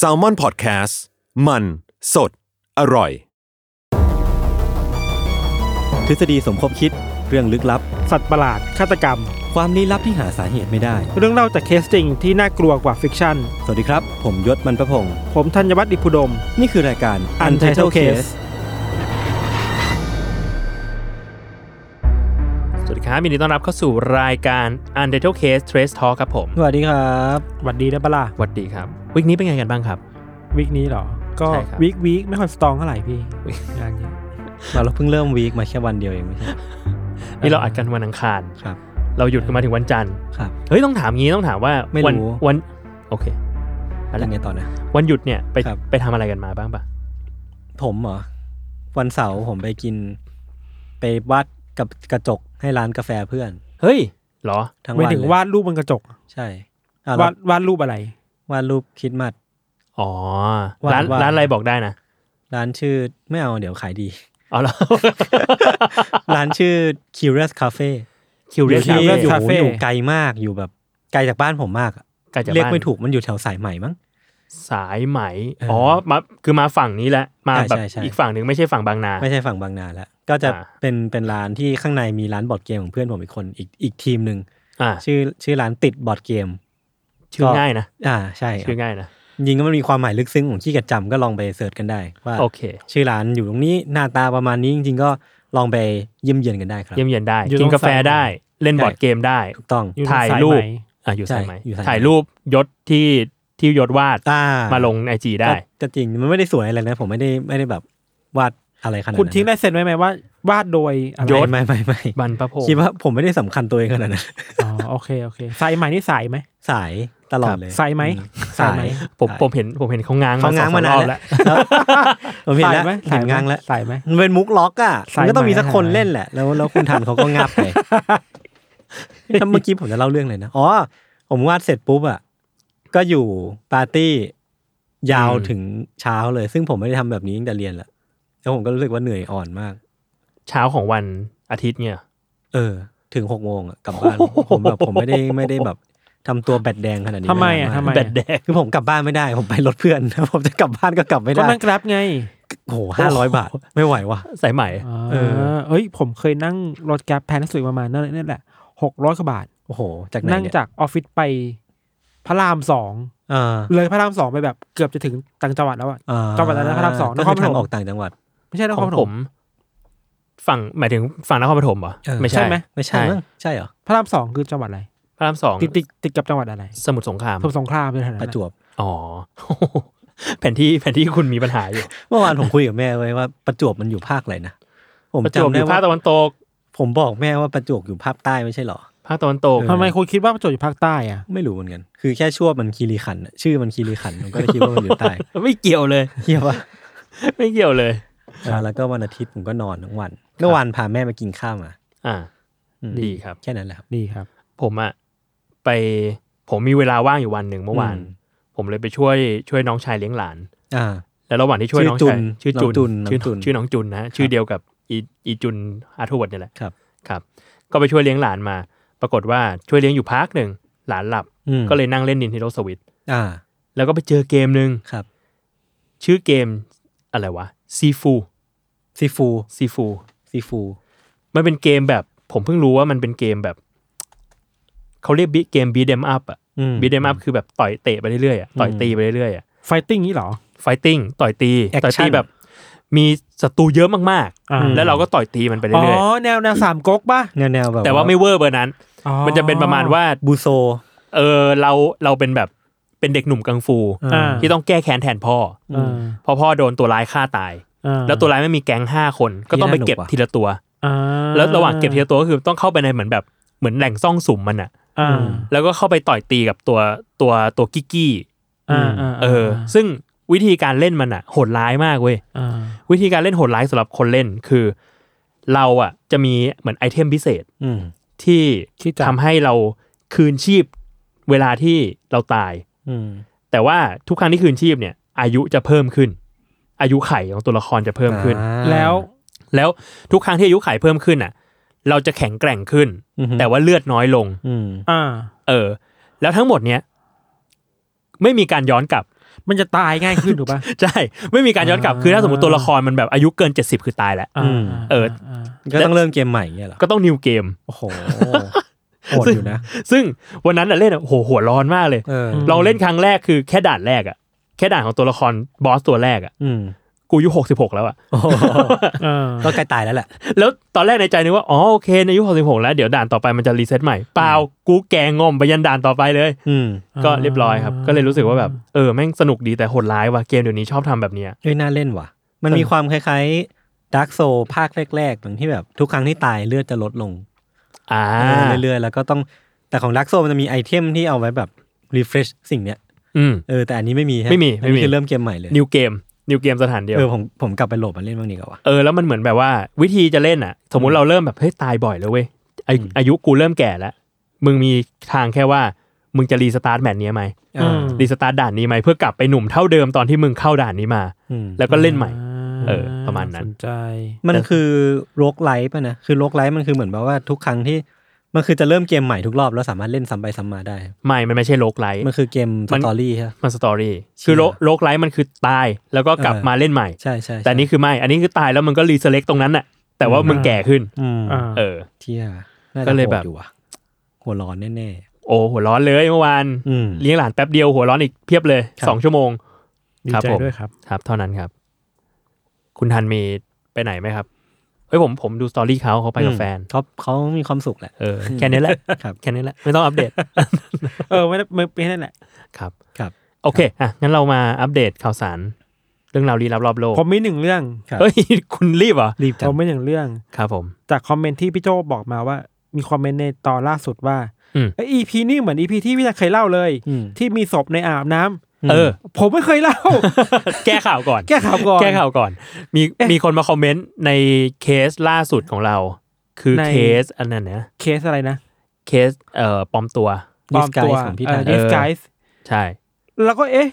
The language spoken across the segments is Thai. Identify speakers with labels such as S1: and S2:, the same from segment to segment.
S1: s a l m o n PODCAST มันสดอร่อย
S2: ทฤษฎีสมคบคิดเรื่องลึกลับ
S3: สัตว์ประหลาด ฆาตกรรม
S2: ความลี้ลับที่หาสาเหตุไม่ได้
S3: เรื่องเล่าจากเคสจริงที่น่ากลัวกว่าฟิกชั่น
S2: สวัสดีครับ ผมยศมันประพงศ์
S3: ผมธัญวัฒน์อิพุดม
S2: นี่คือรายการ Untitled Case
S4: สวัสดีครับยินดีต้อนรับเข้าสู่รายการ Untitled Case Trace Talk ครับผม
S2: สวัสดีครับ
S3: หวัดดีนะปะล่ะ
S4: สวัสดีครับ วิกนี้เป็นไงกันบ้างครับ
S3: วิกนี้เหรอ ก็
S4: ใช่ครับ
S3: วิกวิกไม่ค่อยสตรองเท่าไหร่พี่งานเยอะ
S2: เราเพิ่งเริ่มวีคมาแค่วันเดียวเองไม่ใช่
S4: นี่เราอัดกันวันอังคาร
S2: ครับ
S4: เราหยุดกันมาถึงวันจันทร์
S2: ครับ
S4: เฮ้ยต้องถามงี้ต้องถามว่า
S2: ไม่รู้
S4: วันวันโอเค
S2: แล้วยังไงต่อนะ
S4: วันหยุดเนี่ยไป
S2: ครับ
S4: ไปทำอะไรกันมาบ้างปะ
S2: ผมเหรอ วันเสาร์ผมไปกิน ไปวัดกับกระจกให้ร้านกาแฟเพื่อน
S4: เฮ้ยเหรอ
S2: ทั้ง
S3: ไม่
S2: วัน
S3: ถึ
S2: เลยว
S3: งาดรูปบนกระจก
S2: ใช่อ่ะ
S3: วา
S2: แล้ว
S3: ดวาดรูปอะไร
S2: วาดรูปคริดมัด
S4: อ๋อ
S2: ว่า
S4: ร้าน
S2: ว่า
S4: ร้านอะไรบอกได้นะ
S2: ร้านชื่อไม่เอาเดี๋ยวขาย ดี
S4: เอาแล้ว
S2: ร้านชื่อ Curious Cafe อยู่
S4: Curious
S2: ที่
S4: Cafe
S2: อยู่
S3: Cafe
S2: อยู่ไกลมากอยู่แบบไกลจากบ้านผมมากอะ
S4: ไกลจาก
S2: เรียก
S4: บ้าน
S2: ไม่ถูกมันอยู่แถวสายใหม่มั้ง
S4: สายไหม
S2: เอออ๋
S4: อ๋อมาคือมาฝั่งนี้แหละมาแบบ
S2: ใช่ใช่ใช่
S4: อีกฝั่งหนึ่งไม่ใช่ฝั่งบางนา
S2: ไม่ใช่ฝั่งบางนาแล้ว ก็จะ
S4: อ่า
S2: เป็นเป็นร้านที่ข้างในมีร้านบอร์ดเกมของเพื่อนผมอีกคนอีกอีกทีมหนึ่ง
S4: อ่า
S2: ชื่อชื่อร้านติดบอร์ดเกม
S4: ชื่อ
S2: ก็
S4: ง่ายนะ
S2: อ่าใช่
S4: ชื่อง่ายนะ
S2: จริงๆก็มันมีความหมายลึกซึ้งของขี้เกระจำก็ลองไปเสิร์ชกันได้ ว่า
S4: โอเค
S2: ชื่อร้านอยู่ตรงนี้หน้าตาประมาณนี้จริงๆก็ลองไปเยี่ยมเยียนกันได้ครับ
S4: เยี่ยมเยียนได้
S3: อยู่
S4: กินกา
S3: ต
S4: แฟ
S3: รงสายไหม
S4: ได้เล่น
S2: ใช่
S4: บอร์ดเกมได้
S2: ถูกต้อง
S3: อยู่
S4: ถ่าย
S3: ส
S4: รูป
S3: ไหม
S4: อ่ะอยู่สาย
S2: ใช่
S4: ไหม
S2: อยู่สายไหม
S4: ถ่ายรูปยศที่ที่ยศวาด
S2: อ่า
S4: มาลงไอจีได้
S2: ก็ก็จริงมันไม่ได้สวยอะไรนะผมไม่ได้ไม่ได้แบบวาดอะไรขนาดนั้น
S3: คุณทิ้งได้เซ็นไว้ไหมว่าวาดโดยอะไร
S2: ยศไม่ไม่ไม่
S4: บันประพงศ์
S2: คิดว่าผมไม่ได้สำคัญตัวเองขนาดนั้น
S3: อ๋อโอเคโอเคสายไหมนี่สายไหม
S2: สายตลอดเลย
S3: สายไหม
S2: สาย
S3: ไหม
S4: ผม
S2: ใช่
S4: ผมเห็นผมเห็นเขาง้าง
S2: เขาง้าง
S4: สอ
S2: มา
S4: ส
S2: นาร น
S4: อบ
S2: แล้วแล้วผมเห็นแล้ว
S3: สยไม
S2: เห็นง้างแล้ว
S3: สายไหม
S2: มันเป็นมุกล็อกอ่ะ
S3: สาย
S2: มันก็ต้องมีสักคน
S3: ไหม
S2: เล่นแหละ แล้วแล้วคุณทันเขาก็งับไป ถ้าเมื่อกี้ผมจะเล่าเรื่องเลยนะอ๋อผมวาดเสร็จปุ๊บอ่ะก็อยู่ปาร์ตี้ยาวถึงเช้าเลย ซึ่งผมไม่ได้ทำแบบนี้ตั้งแต่เรียนละแล้วผมก็รู้สึกว่าเหนื่อยอ่อนมาก
S4: เช้าของวันอาทิตย์เนี่ย
S2: เออ ถึงหกโมงอะกลับบ้านผมแบบผมไม่ได้ไม่ได้แบบทำตัวแบดแดงขนาดนี้
S3: ทำไม
S2: านานาก
S3: อ่ะทำไม
S4: แบตแดง
S2: คือผมกลับบ้านไม่ได้ ผมไปรถเพื่อน ถ้าผมจะกลับบ้านก็กลับไม่
S3: ก็
S2: ได้
S3: นั่งกราฟไง
S2: โอ้โหห้าร้อยบาทไม่ไหวว่ะ
S4: สายใหม่
S2: เอ
S3: เอ
S2: อ
S3: อเอ้ยผมเคยนั่งรถกราฟแพนสุดประมาณนั่นนั่นแหละหกร้อยกว่าบาท
S2: โอ้โห จากไหน
S3: นั่ง
S2: เนี่ย
S3: จากออฟฟิศไปพระรามสอง
S2: เออ
S3: เลยพระรามสองไปแบบเกือบจะถึงต่างจังหวัดแล้วอ่ะ
S2: อ่า
S3: จังหวัดอะไรนะพระรามสองน
S2: ก็
S3: ค
S2: คื
S3: ร
S2: อ
S3: ปฐม
S2: ทางออกต่างจังหวัด
S3: ไม่ใช่นคร
S4: ของ
S3: ป
S4: ผ
S3: ฐ
S4: ม
S3: ม
S4: ฝั่งหมายถึงฝั่งนครปฐมเหรอ
S2: เออ
S4: ไม่
S3: ใช่
S4: ใช่
S3: ไหม
S2: ไม่ใช่มั้งใช่เหรอ
S3: พระรามสองคือจังหวัดอะไร
S4: พระรามสอง
S3: ติดติดติดกับจังหวัดอะไร
S4: สมุทรสงคราม
S3: สมุทรสงครามเลยแถวนั้น
S2: ประจวบ
S4: อ๋อ แผนที่แผนที่คุณมีปัญหาอยู่
S2: เมื่อวานผมคุยกับแม่ไว้ว่าประจวบมันอยู่ภาคอะไรนะ ผม
S4: ประจวบ
S2: จำ
S4: อ
S2: ได้
S4: ยู่ภา
S2: ว่า
S4: คตะวันตก
S2: ผมบอกแม่ว่าประจวบอยู่ภาคใต้ไม่ใช่เหรอ
S4: ภาคตะวันตก
S2: เออ
S3: ทำไมคุณคิดว่าประจวบอยู่ภาคใต้อ่ะ
S2: ไม่รู้เหมือนกัน คือแค่ชั่วมันคีรีขันธ์อะชื่อมันคีรีขันธ์ผมก็เลยคิดว่ามันอยู่ใต้
S4: ไม่เกี่ยวเลย
S2: เฮียปะ
S4: ไม่เกี่ยวเลย
S2: อ่าแล้วก็วันอาทิตย์ผมก็นอนทั้งวัน เมื่อวานพาแม่มากินข้าวมา
S4: อ่า
S2: อืม
S4: ดีครับ
S2: แค่นั้นแหละครับ
S3: ดีครับ
S4: ผมอะไปผมมีเวลาว่างอยู่วันหนึ่งเมื่อวาน
S2: ม
S4: ผมเลยไปช่วยช่วยน้องชายเลี้ยงหลาน
S2: อ่า
S4: แล้วระหว่างที่ช่วย
S2: ชื่อ
S4: น้อง
S2: จุน
S4: ชายชื่อจุน
S2: น้อง
S4: ชื่อ
S2: จุนน้องจุน
S4: ชื่อน้องจุนนะฮะชื่อเดียวกับอีอีจุนอาทวดเนี่ยแหละ
S2: ครับ
S4: ครับ ก็ไปช่วยเลี้ยงหลานมา ปรากฏว่าช่วยเลี้ยงอยู่พักหนึ่งหลานหลับ
S2: อืม
S4: ก็เลยนั่งเล่น Nintendo Switch
S2: อ่า
S4: แล้วก็ไปเจอเกมหนึ่ง
S2: ครับ
S4: ชื่อเกมอะไรวะซีฟู
S2: ซีฟู
S4: ซีฟู
S2: ซีฟู
S4: มันเป็นเกมแบบ ผมเพิ่งรู้ว่ามันเป็นเกมแบบเขาเรียก beat- เกม beat em up อะ
S2: อืม
S4: บีเดมอัพคือแบบต่อยเตะไปเรื่อยๆอะต่อยตีไปเรื่อยๆอะ
S3: ไฟติ้งนี้เหรอ
S4: ไฟติ้งต่อยตี
S2: Action
S4: ต่อยตีแบบ มีศัตรูเยอะมาก
S3: อ่า
S4: ๆ แล้วเราก็ต่อยตีมันไป
S3: อ๋อ
S4: เรื่อย
S3: แนวแนวสามก๊กป่ะ
S2: แนวแนวแบบ
S4: ๆ แต่ว่าไม่เวอร์เบอร์นั้น
S3: อ๋อ
S4: มันจะเป็นประมาณว่า
S2: บูโซ
S4: เออเราเราเป็นแบบเป็นเด็กหนุ่มกังฟู
S3: อ่า
S4: ที่ต้องแก้แค้นแทนพ่ออ
S3: อ่า
S4: เพราะพ่อโดนตัวร้ายฆ่าตาย
S3: อ่า
S4: แล้วตัวร้ายไม่มีแก๊งห้าคน ก็ต้องไปเก็บ
S2: น่าหนุกว่ะ
S4: ทีละตัว
S3: อ่า
S4: แล้วระหว่างเก็บทีละตัวก็คือต้องเข้าไปในเหมือนแบบเหมือนแหล่งซ่องสุมมันอะ
S3: อ่า
S4: แล้วก็เข้าไปต่อยตีกับตัวตัวตัวกิกกี้
S3: อ่าอ่า
S4: เออ ซึ่งวิธีการเล่นมันอะโหดร้ายมากเว้ย
S3: อ่า
S4: วิธีการเล่นโหดร้ายสำหรับคนเล่นคือ เราอะจะมีเหมือนไอเทมพิเศษ
S2: อืม
S4: ที่
S3: ที่จะ
S4: ทำให้เราคืนชีพเวลาที่เราตาย
S2: อืม
S4: แต่ว่าทุกครั้งที่คืนชีพเนี่ย อายุจะเพิ่มขึ้น อายุไขของตัวละครจะเพิ่มขึ้น
S2: อ่า
S3: แล้ว
S4: แล้วทุกครั้งที่อายุไขเพิ่มขึ้นอ่ะ เราจะแข็งแกร่งขึ้น
S2: อือฮึ
S4: แต่ว่าเลือดน้อยลง
S2: อืม
S3: อ่า
S4: เออ แล้วทั้งหมดเนี้ยไม่มีการย้อนกลับ
S3: มันจะตายง่ายขึ้นถูกป่ะ
S4: ใช่ ไม่มีการย้อนกลับ
S3: อ่า
S4: คือถ้าสมมติตัวละครมันแบบอายุเกิน 70 คือตายแล้ว
S3: อ่า
S4: เออ
S3: าา
S2: ก็ต้องเริ่มเกมใหม่เงี้ยเหรอ
S4: ก็ต้องนิวเกม
S2: โอ้โหโหดอยู่นะ
S4: ซึ่งวันนั้นน่ะเล่นอะโหหัวร้อนมากเลย
S2: เออ
S4: ลองเล่นครั้งแรกคือแค่ด่านแรกอะแค่ด่านของตัวละครบอสตัวแรกอะ
S2: อืม
S4: กูอายุหกสิบหกแล้วอะ
S2: โอ้โห
S3: เออ
S2: ก็ใกล้ตายแล้วแหละ
S4: แล้วตอนแรกในใจนึกว่าอ๋อโอเคในอายุหกสิบหกแล้วเดี๋ยวด่านต่อไปมันจะรีเซ็ตใหม่เปล่ากูแกงงอมไปยันด่านต่อไปเลย
S2: อืม
S4: ก็เรียบร้อยครับก็เลยรู้สึกว่าแบบเออแม่งสนุกดีแต่โหดร้ายว่ะเกมเดี๋ยวนี้ชอบทำแบบเนี้ย
S2: เอ้ยน่าเล่นว่ะ มันมีความคล้ายๆดาร์กโซภาคแรกๆตรงที่แบบทุกครั้งที่ตายเลือดจะลดลง
S4: อ่า
S2: เรื่อยๆ แล้วก็ต้องแต่ของดักโซมันจะมีไอเทมที่เอาไว้แบบรีเฟรชสิ่งเนี้ย
S4: อืม
S2: เออแต่อันนี้ไม่มีฮะ
S4: ไม่มี
S2: อันนี้
S4: ไม่มี
S2: คือเริ่มเกมใหม่เลย
S4: นิวเกมนิวเกมสถานเดียว
S2: เออผมผมกลับไปโหลดมาเล่นบ้างดีกว่า
S4: เออแล้วมันเหมือนแบบว่า วิธีจะเล่นอ่ะ สมมุติเราเริ่มแบบเฮ้ยตายบ่อยแล้วเว้ยอายุอายุกูเริ่มแก่แล้วมึงมีทางแค่ว่ามึงจะรีสตาร์ทแมตช์เนี้ยไหม
S2: อ่า
S4: รีสตาร์ทด่านนี้ไหมเพื่อกลับไปหนุ่มเท่าเดิมตอนที่มึงเข้าด่านนี้มา
S2: อืม
S4: แล้วก็เล่นใหม่
S3: า
S4: เออประมาณนั้น
S3: สนใจ
S2: มันคือโรกไลท์ป่ะนะคือโรกไลท์มันคือเหมือนแบบว่าทุกครั้งที่มันคือจะเริ่มเกมใหม่ทุกรอบแล้วสามารถเล่นซ้ำไปซ้ำมาได้
S4: ไม่มันไม่ใช่โลกไลท์
S2: มันคือเกมส
S4: มัน
S2: ตอรี่ใช่ปะ
S4: มันสตอรี่
S2: เชี่ย
S4: คือโลกไลท์มันคือตายแล้วก็กลับ
S2: เออ
S4: มาเล่นใหม่
S2: ใช่ใช่
S4: แต่อันนี้คือไม่อันนี้คือตายแล้วมันก็รีเซเล็กตรงนั้นน่ะแต่ว่ามึงแก่ขึ้น
S2: อืม
S3: อ่า
S4: เออ
S2: เที่ยน่าจะ
S4: ก็เลยแบบ
S2: โหดอยู่ว่ะหัวร้อนแน่
S4: โอ้หัวร้อนเลยเมื่อวาน
S2: ๆอืม
S4: เลี้ยงหลานแป๊บเดียวหัวร้อนอีกเพียบเลย
S2: ครับ
S4: สองชั่วโมง
S3: ดี
S4: ครับ
S3: ใจ
S4: ผม
S3: ด้วยครับ
S4: ครับ เท่านั้นครับ คุณทันมีไปไหนไหมครับเฮ้ยผมผมดูสตอรี่เขาเขาไปกับแฟน
S2: เขาเขามีความสุขแหละ
S4: เอ อแค่นี้แหละ
S2: ครับ
S4: แค่นี้แหละไม่ต้องอัปเดต
S3: เออไม่ได้ไม่ไม่นั่นแหละ
S4: ครับ
S2: ครับ
S4: โอเค อ่ะ งั้นเรามาอัปเดตข่าวสารเรื่องราวลี้ลับรอบโลก
S3: ผมมีหนึ่งเรื่อง
S2: ครับ
S4: เฮ้ย คุณรีบเหรอ
S2: รีบจั
S3: ผ
S2: ง
S3: มมีหนึ่งเรื่อง
S4: ครับผม
S3: จากคอมเมนต์ที่พี่โจบอกมาว่า มีคอมเมนต์ในตอนล่าสุดว่า
S4: อืม
S3: ไอีพีนี่เหมือนอีพีที่พี่ตาเคยเล่าเลย
S2: อืม
S3: ที่มีศพในอาบน้ำ
S4: เออ
S3: ผมไม่เคยเล่า
S4: แก้ข่าวก่อน
S3: แก้ข่าวก่อน
S4: แก้ข่าวก่อน มี
S3: เอ๊ะ
S4: มีคนมาคอมเมนต์ในเคสล่าสุดของเรา คือ
S3: ใน
S4: เคสอันนั้นนะ
S3: เคสอะไรนะ
S4: เคส เอ่อ ปลอมตัว
S3: ปลอมตัว
S2: Disguise ของพี่
S3: เอ
S2: ตา
S3: อ disguise
S4: ใช่
S3: แล้วก็เอ๊ะ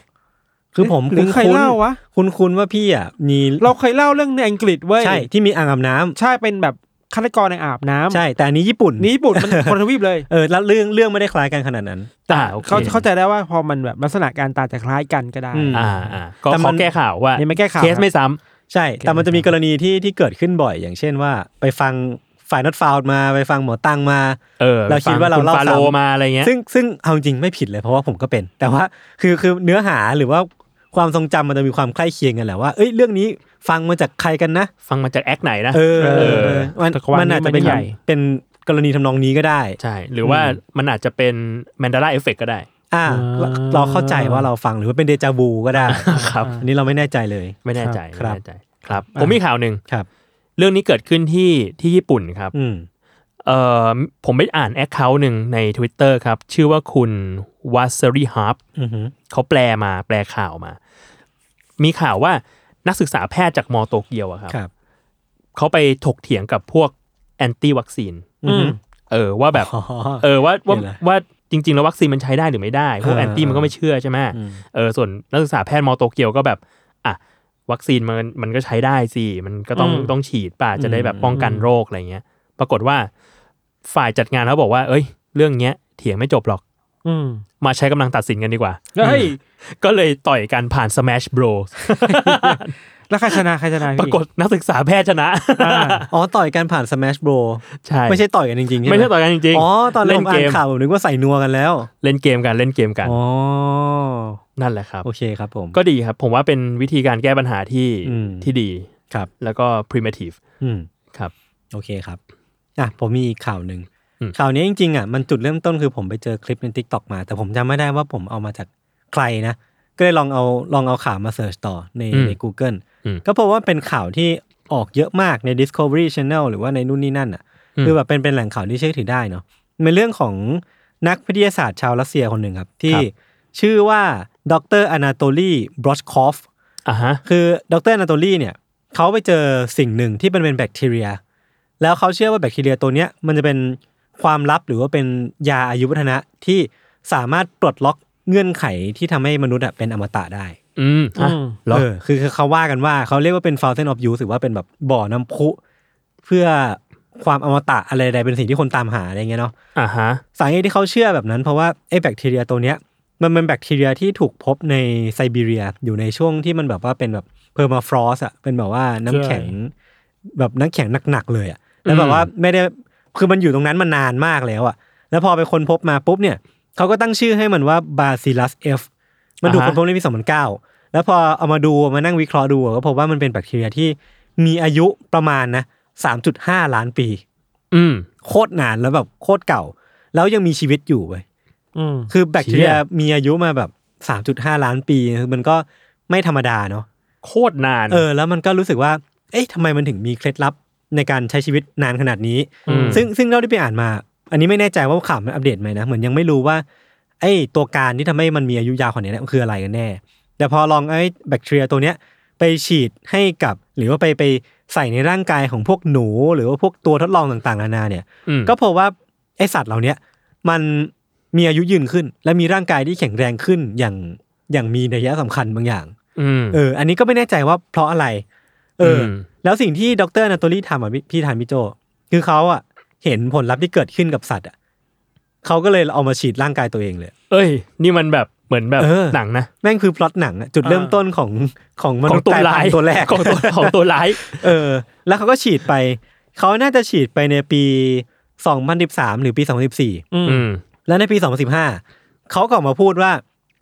S2: คือผม
S3: หรือ
S2: คุ้นๆ
S3: เคยเล่าวะ
S2: คุณคุณว่าพี่อ่ะมี
S3: เราเคยเล่าเรื่องในอังกฤษเว้ย
S2: ใช่ที่มีอ่างอาบน้ำ
S3: ใช่เป็นแบบฆาตกรในอาบน้ำ
S2: ใช่ แต่อันนี้ญี่ปุ่น
S3: นี่ญี่ปุ่นมัน คนละทวีปเลย
S2: เออแล้วเรื่องเรื่องไม่ได้คล้ายกันขนาดนั้น
S4: อ่าโอเค
S3: เขาเข้าใจได้ว่าพอมันแบบลักษณะการตายจะคล้ายกันก็ได้
S2: อืม
S4: อ่าอ่าก็
S2: แต่มั
S4: เขา
S2: น
S4: แก้ข่าวว่า
S3: เนี่ยไม่แก้ข่าว
S4: เคสไม่ซ้ำ
S2: ใช่ แต่มันจะมีกรณีที่ที่เกิดขึ้นบ่อย อย่างเช่นว่า ไปฟังฝ่ายนัดฟาวด์มาไปฟังหมอตังมา
S4: เออ
S2: เราคิดว่าเรา
S4: ฟังคุณ
S2: เล่า
S4: ฟาโล
S2: ซ้ำ
S4: มาอะไรเงี้ย
S2: ซึ่งซึ่งเอาจริงไม่ผิดเลยเพราะว่าผมก็เป็น แต่ว่าคือคือเนื้อหาหรือว่าความทรงจำมันจะมีความใกล้เคียงกันแหละว่าเอ้ยเรื่องนี้ฟังมาจากใครกันนะ
S4: ฟังมาจากแอคไหนนะ
S2: เออ
S3: เออ
S2: เออมัน
S3: แต่ความ
S2: มันอาจจะเป็น
S3: มันใหญ่
S2: เป็นกรณีทำนองนี้ก็ได้
S4: ใช่ หรือว่า
S2: อืม
S4: มันอาจจะเป็นแมนดาร่าเอฟเฟกก็ได้
S2: อ่าเรา
S3: อ่า
S2: เราเข้าใจว่าเราฟังหรือว่าเป็นเดจาวูก็ได้
S4: ครับ
S2: อันนี้เราไม่แน่ใจเลย
S4: ไม่แน่ใจ
S2: ค
S4: ไม่
S2: รับ
S4: แน่ใจ ครับ ผมมีข่าวหนึ่ง
S2: ครับ
S4: เรื่องนี้เกิดขึ้นที่ที่ญี่ปุ่นครับ
S2: อืม
S4: เอ่อผมไปอ่านแอคเคาท์หนึ่งใน Twitter ครับ ชื่อว่าคุณวัสรีฮาร์ป
S2: อือหือ
S4: เขาแปลมาแปลข่าวมา มีข่าวว่านักศึกษาแพทย์จากมอโตเกียวอะครับ
S2: ครับ
S4: เขาไปถกเถียงกับพวกแอนตี้วัคซีน
S2: อืม
S4: เออว่าแบบ
S2: อ๋อ
S4: เออว่าว่า
S2: เดี๋ยวนะ
S4: ว่าจริง ๆ แล้ววัคซีนมันใช้ได้หรือไม่ได้ พวก
S2: อ่า
S4: แอนตี้มันก็ไม่เชื่อใช่ไหม
S2: อืม
S4: เออส่วนนักศึกษาแพทย์มอโตเกียวก็แบบอ่ะวัคซีนมันมันก็ใช้ได้สิมันก็ต้อง
S3: อืม
S4: ต้องฉีดป่ะจะได้แบบป้องกันโรคอะไรเงี้ย ปรากฏว่าฝ่ายจัดงานเขาบอกว่า เอ้ย เรื่องเนี้ยเถียงไม่จบหรอก
S3: อืม
S4: มาใช้กำลังตัดสินกันดีกว่า
S3: เฮ้ย
S4: ก็เลยต่อยกันผ่าน Smash Bros
S3: แล้วใครชนะใครชนะพี่
S4: ปรากฏนักศึกษาแพทย์ชนะ
S3: อ่า
S2: อ๋อต่อยกันผ่าน Smash Bro
S4: ใช่
S2: ไม่ ใช่ต่อยกันจริงๆใช่ไหม
S4: ไม่ใช่ต่อยกันจริงๆ
S2: อ๋อตอนเล่
S4: เล่
S2: น
S4: น
S2: เก
S4: เก
S2: ม
S4: ม
S2: ข่าวผมนึกว่าใส่นัวกันแล้ว
S4: เล่นเกมกันเล่นเกมกัน
S2: อ๋อ
S4: นั่นแหละครับ
S2: โอเคครับผม
S4: ก็ดีครับ ผมว่าเป็นวิธีการแก้ปัญหาที่
S2: อืม
S4: ที่ดี
S2: ครับ
S4: แล้วก็ primitive
S2: อืม
S4: ครับ
S2: โอเคครับ อ่ะ ผมมีอีกข่าวหนึ่ง
S4: อืม
S2: ข่าวนี้จริงๆอ่ะ มันจุดเริ่มต้นคือผมไปเจอคลิปใน t ิกตอกมา แต่ผมจำไม่ได้ว่าผมเอามาจากใครนะ ก็เลยลองเอาลองเอาข่าวมาเสิร์ชต่อใน
S4: อืม
S2: ใน Google
S4: อืม
S2: ก็พบว่าเป็นข่าวที่ออกเยอะมากใน Discovery Channel หรือว่าในนู่นนี่นั่นอ่ะ
S4: อืม
S2: คือแบบเป็นเป็นแหล่งข่าวที่เชื่อถือได้เนาะเป็นเรื่องของ นักวิทยาศาสตร์ชาวรัสเซียคนหนึ่งครับ
S4: ค
S2: ที่
S4: รับ
S2: ชื่อว่าดรอนาโตลีบรอชคอฟ
S4: อ่ะฮะ
S2: คือดรนาโตลีเนี่ยเขาไปเจอสิ่งหนึ่งที่มันเป็นแบคทีเรีย แล้วเขาเชื่อว่าแบคทีเรียตัวเนี้ยมันจะเป็นความลับหรือว่าเป็นยาอายุวัฒนะที่สามารถปลดล็อกเงื่อนไขที่ทำให้มนุษย์อะเป็นอมตะได้
S4: อืมอ่ะ
S3: อืม
S4: เหรอ
S2: เออคือคือเขาว่ากันว่าเขาเรียกว่าเป็น fountain of youth หรือว่าเป็นแบบบ่อน้ำพุ เพื่อความอมตะอะไรใดเป็นสิ่งที่คนตามหาอะไรเงี้ยเนาะ
S4: อ่ะฮะ
S2: สาเหตุที่เขาเชื่อแบบนั้น เพราะว่าไอ้แบคทีเรียตัวเนี้ยมันเป็นแบคทีเรียที่ถูกพบในไซบีเรียอยู่ในช่วงที่มันแบบว่าเป็นแบบเพอร์มาฟรอสอะเป็นแบบว่าน้ำแข็ง แบบน้ำแข็งหนักๆเลยอะแล้วแบบว่าไม่ได้คือมันอยู่ตรงนั้นมานานมากแล้วอะแล้วพอไปค้นพบมาปุ๊บเนี่ยเขาก็ตั้งชื่อให้มันว่าบาซิลัสเอฟมันถูก
S4: อ่าฮะ
S2: ค้นพบในปี 2009 แล้วพอเอามาดูมานั่งวิเคราะห์ดูอะก็พบว่ามันเป็นแบคทีเรียที่มีอายุประมาณนะ3.5 ล้านปี
S4: อืม
S2: โคตรนานแล้วแบบโคตรเก่า แล้วยังมีชีวิตอยู่เว้ย
S3: อืม
S2: คือแบคทีเรีย
S4: เชี่ย
S2: มีอายุมาแบบสามจุดห้าล้านปีคือมันก็ไม่ธรรมดาเนาะ
S4: โคตรนาน
S2: เออแล้วมันก็รู้สึกว่า เอ๊ะทำไมมันถึงมีเคล็ดลับในการใช้ชีวิตนานขนาดนี้
S4: อืม
S2: ซึ่งซึ่งเราได้ไปอ่านมา อันนี้ไม่แน่ใจว่าข่าวมันอัปเดตไหมนะ เหมือนยังไม่รู้ว่าไอ้ตัวการที่ทำให้มันมีอายุยาวขนาดนี้เนี่ยมันคืออะไรกันแน่ แต่พอลองไอ้แบคทีเรียตัวเนี้ยไปฉีดให้กับ หรือว่าไปไปใส่ในร่างกายของพวกหนู หรือว่าพวกตัวทดลองต่างๆนานาเนี่ย
S4: อืม
S2: ก็พบว่าไอสัตว์เหล่าเนี้ยมันมีอายุยืนขึ้น และมีร่างกายที่แข็งแรงขึ้นอย่างอย่างมีนัยสำคัญบางอย่าง
S4: อืม
S2: เออ อันนี้ก็ไม่แน่ใจว่าเพราะอะไร เอออ
S4: ม
S2: แล้วสิ่งที่ดรนาโตลี่ทำอ่ะพี่พี่ทานพี่โจ คือเขาอ่ะเห็นผลลัพธ์ที่เกิดขึ้นกับสัตว์อ่ะเขาก็เลยเอามาฉีดร่างกายตัวเองเลย
S4: เอ้ย นี่มันแบบเหมือนแบบ
S2: เออ
S4: หนังนะ
S2: แม่งคือพล็อตหนังอะจุดเริ่มต้นของของม
S4: ข
S2: นุษ
S4: อง
S2: ย์
S4: ตัว
S2: แปล
S4: ร้าย
S2: พันธุ์ตัวแรก
S4: ของตัวของตัวร้าย
S2: เออ แล้วเขาก็ฉีดไป เขาน่าจะฉีดไปในปี 2013 หรือปี 2014
S4: อืม
S2: แล้วในปี 2015 เขาก็ออกมาพูดว่า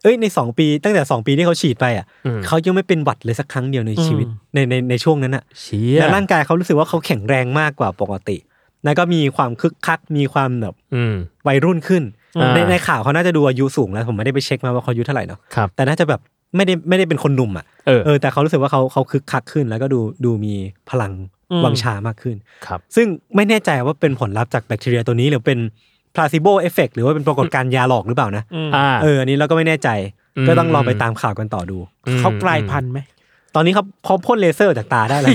S2: เอ้ย ใน 2 ปี ตั้งแต่ 2 ปีที่เขาฉีดไปอ่ะ
S4: อืม
S2: เขายังไม่เป็นหวัดเลยสักครั้งเดียวใน
S3: อืม
S2: ชีวิต ในในในช่วงนั้นอ่ะ
S4: เชี่ย
S2: แล้วร่างกายเขารู้สึกว่าเขาแข็งแรงมากกว่าปกติ แล้วก็มีความคึกคัก มีความแบบ
S4: อืม
S2: วัยรุ่นขึ้น
S4: อ่า
S2: ในในข่าวเขาน่าจะดูอายุสูงแล้ว ผมไม่ได้ไปเช็คมาว่าเขาอายุเท่าไหร่เนาะ
S4: ครับ
S2: แต่น่าจะแบบไม่ได้ไม่ได้เป็นคนหนุ่มอ่ะ
S4: เออ
S2: เออ แต่เขารู้สึกว่าเขาเขาคึกคักขึ้น แล้วก็ดูดูมีพลังวังชามากขึ้น
S4: ครับ
S2: ซึ่งไม่แน่ใจว่าเป็นผลลัพธ์จากแบคทีเรียตัวนี้หรือเป็น placebo effect หรือว่าเป็นปรากฏการณ์ยาหลอกหรือเปล่านะ
S4: อ่า
S2: เอออันนี้เราก็ไม่แน่ใจ
S4: อืม
S2: ก็ต้องลองไปตามข่าวกันต่อดู
S3: เขากลายพันธุ์ไหม
S2: ตอนนี้เขาเขาพ่นเลเซอร์จากตาได้แล้ว